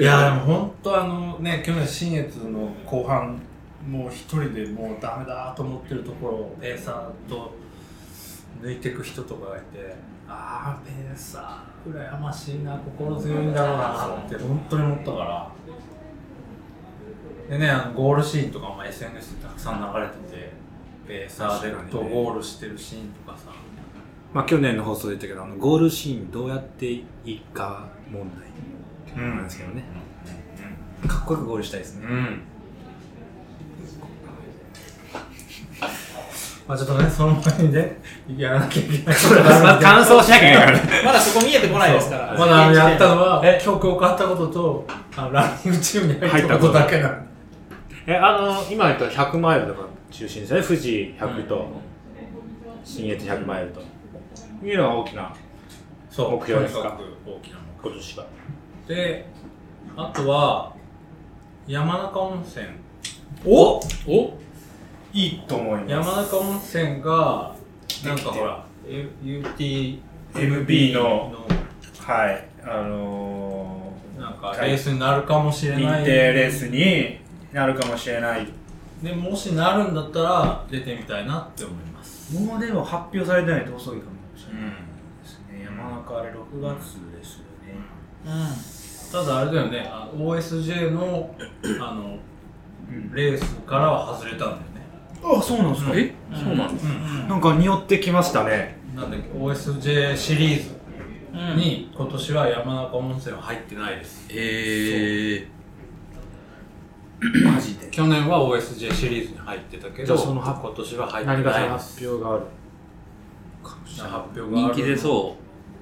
いやでも本当あのね去年新越の後半もう一人でもうダメだと思ってるところを
ペーサーと抜いてく人とかがいて、ああ、ペーサー、羨ましいな、心強いんだろうなって本当に思ったから。でね、あのゴールシーンとかも SNS でたくさん流れてて、ペーサーでとゴールしてるシーンとかさ、
まあ去年の放送で言ったけど、あのゴールシーンどうやっていいか問題っていうのなんですけどね。かっこよくゴールしたいですね。
うん、まあちょっとね、その前に ね、やらなきゃい けない。
まず完走しなきゃいけないからね。
まだそこ見えてこないですから。
まだあのやったのは
え、
今日教わったことと、あのランニングチームに入ったことだけなの。
え、あの、今言った100マイルとか中心ですよね。富士100と、新越100マイルと。いうのが大きな、
そう、
目標ですか
とにく大きな
今年が。
目標。で、あとは、山中温泉。
お
お
いいと思い
山
ます。
中温泉が、なんかほら、U- UT、
MB の、はい、あの
なんかレースになるかもしれ
ー、
な
認
い。
定レースになるかもしれない。
で、もしなるんだったら、出てみたいなって思います。
もうでも発表されてないと遅いかもしれ
うん。
ないですね。山中あれ6月ですよね。
う
ただあれだよね、あ OSJ の、あの、
うん
レースからは外れたんだよね。
あ、そうなんですか。
えそうなんだ。
ん。
なんか匂ってきましたね。
なんだっけ、OSJ シリーズ
うん。
に今年は山中温泉は入ってないです。
ええ
マジで。
去年は OSJ シリーズに入ってたけ
じゃ
ど、
あその発
今年は入って
何かし
な
ら
いです。
発表がある。
発表がある
人気出そ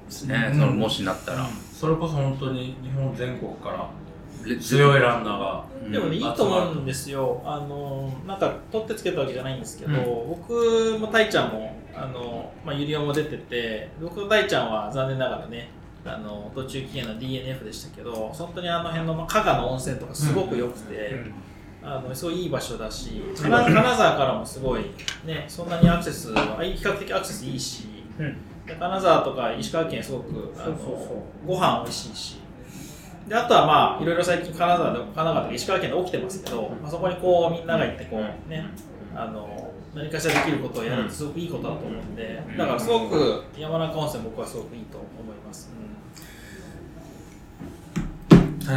うですね。そのもしなったら。
それこそ本当に日本全国から
レ
強いランナーが。
でもね、いいと思うんですよ。あの、なんか、取ってつけたわけじゃないんですけど、僕も大ちゃんも、あの、まあ、ゆりおも出てて、僕と大ちゃんは残念ながらね、あの、途中期限の DNF でしたけど、本当にあの辺の、まあ、加賀の温泉とかすごく良くて、あの、すごいいい場所だし、金金沢からもすごい、ね、そんなにアクセスは、あ比較的アクセスいいし、
うん
で金沢とか石川県すごく、あ
そ
の
うそうそう
ご飯美味しいし、であとはまあいろいろ最近金沢で神奈川とか石川県で起きてますけど、まあ、そこにこうみんなが行ってこうねあの何かしらできることをやるってすごくいいことだと思うんでだからすごく山中温泉僕はすごくいいと思います、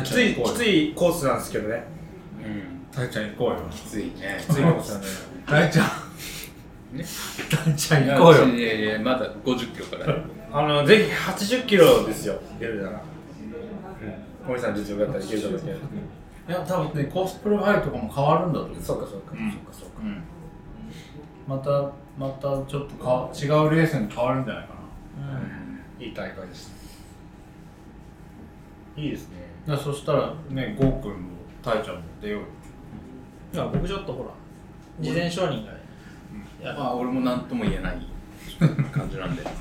きつい、きついコースなんですけどね。
うん。
大ちゃん行こうよ。
きついね。
きついコースなんで。
大ちゃん。
ね
大ちゃん行こうよ。
いやいや、まだ50キロから。
あの、ぜひ80キロですよ。出るなら。うん。森さん実力だったらいけると思うんですけど。
いや多分ねコースプロファイルとかも変わるんだと思う
そうかそうか、そうかそうか。
またまたちょっとか違うレースに変わるんじゃないかない
い大会でした。いいですね。
いやそしたらねゴーくんもタイちゃんも出ようよ
うん、いや僕ちょっとほら事前承認がや
まあ、俺も何とも言えない感じなんで。はい。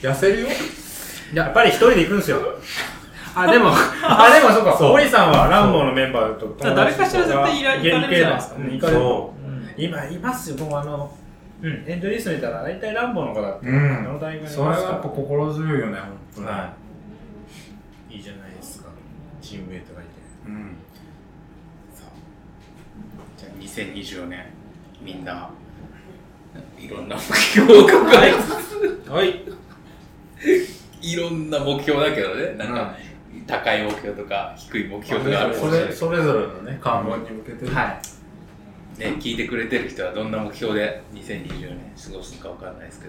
痩せるよ。
やっぱり一人で行くんです よ。あ、でも、 あ、でもそうか、森さんはランボーのメンバーと友達と
誰かしら絶対いら
け
行かれるじゃないですか
行かれる
そ
うん
今、いますよ、もうあの、うん、エントリースト見たら、大体ランボーの方だって、
うん
あの大会にいます
そ
か
れは
ら
やっぱ心強いよね本当に
い。いいじゃないですか、チームメイトがいて。
うん
さあじゃあ2024年みんないろんな目標を抱え
はい
いろんな目標だけどねなんか、高い目標とか低い目標とかあるか
そ
もしれない
れそれぞれのね関門に向けて、
はいね聞いてくれてる人はどんな目標で2024年過ごすのかわかんないですけ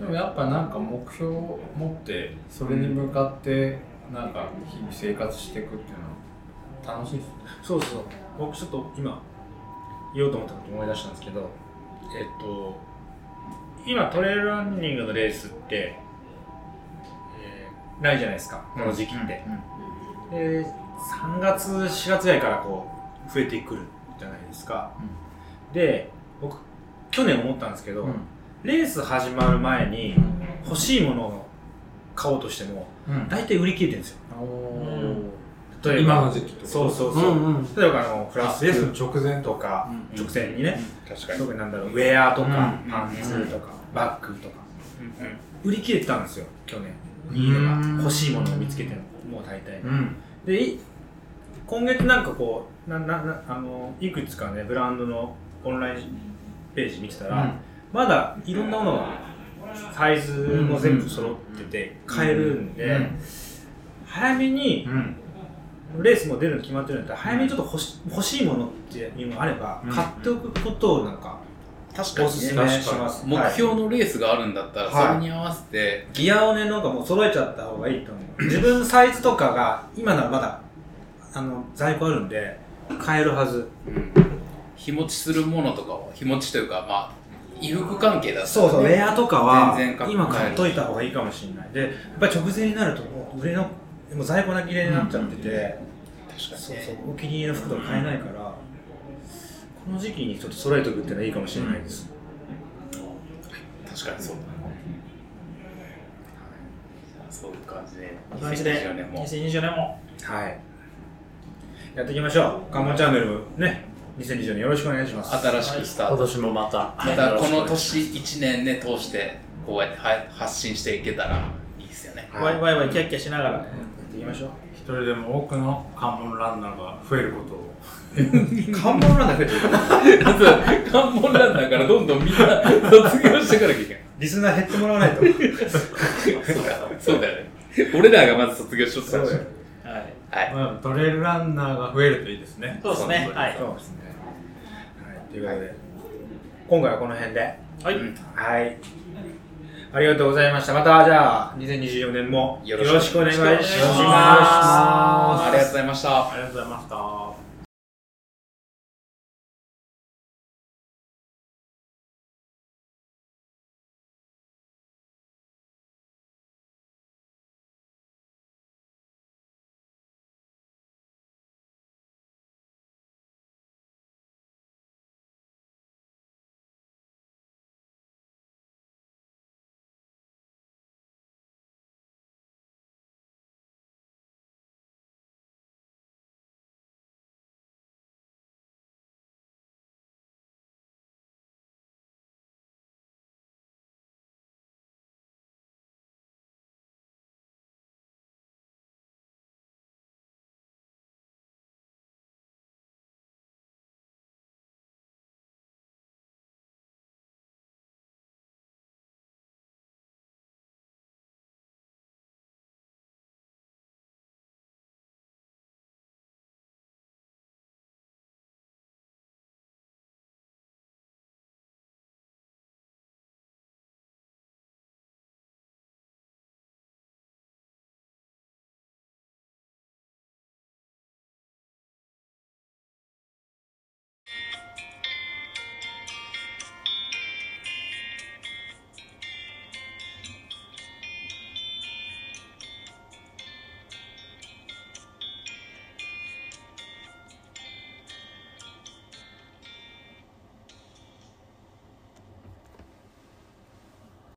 ど
でもやっぱなんか目標を持ってそれに向かってなんか日々生活していくっていうのは楽しいですね
そうそう僕ちょっと今言おうと思ったこと思い出したんですけどえっと今トレイルランニングのレースって、えーないじゃないですかこの時期って、で3月4月ぐらいからこう増えてくるじゃないですか、で僕去年思ったんですけど、
うん
レース始まる前に欲しいものを買おうとしても、
うん
大体売り切れてるんですよ
うん
例えば
今の時期と。
そうそうそう、例えばあのフランスレースの直前とか、
うん
直前にね、
確か
特になんだろうウェアとか、
うん
パンツとか、バッグとか、売り切れてたんですよ去年
うん
いいのが欲しいものを見つけてもう大体、
うん
でい今月なんかこうなななあのいくつかねブランドのオンラインページ見てたら、
うん
まだいろんなものがサイズも全部揃ってて買えるんで、早めに
うん
レースも出るの決まってるんだったら早めにちょっと欲し欲しいものっていうのがあれば
うん
買っておくことをなんか
確
おすすめします、
目標のレースがあるんだったら、
はい
それに合わせて
ギアをねなんかもう揃えちゃった方がいいと思う自分サイズとかが今ならまだあの在庫あるんで買えるはず
日持ちするものとかを日持ちというかまあ衣服関係だった
そ
ら
うそう、レアとかは
全然買っ
今買っといた方がいいかもしれないでやっぱり直前になるともう売れのもう在庫なきれになっちゃってて、そうそうお気に入りの服とか買えないから、この時期にちょっと揃えておくっていうのはいいかもしれないです、
確かにそうだな、はいそういう感じで
こんな感じで
2024年も
2020年も
はいやっていきましょう「カンモンチャンネル」ね2020年よろしくお願いします
新しくスター
今
ト、
年もまた。
またこの年1年ね通してこうやっては発信していけたらいいですよね
ワイワイワイキャッキャしながらね
一人でも多くの関門ランナーが増えることを
カンモンランナー増えてる
関門ランナーからどんどんみんな卒業していかなきゃいけない
リスナー減ってもらわないと
そうだそうだよね俺らがまず卒業しようとしたでしょ
はい
はい
まあトレイルランナーが増えるといいですね
そうですねはい
そうですね、はい、ということで、今回はこの辺で
はい
はい。ありがとうございました。また、じゃあ、2024年もよろしくお願いします。
ありがとうございました
ありがとうございました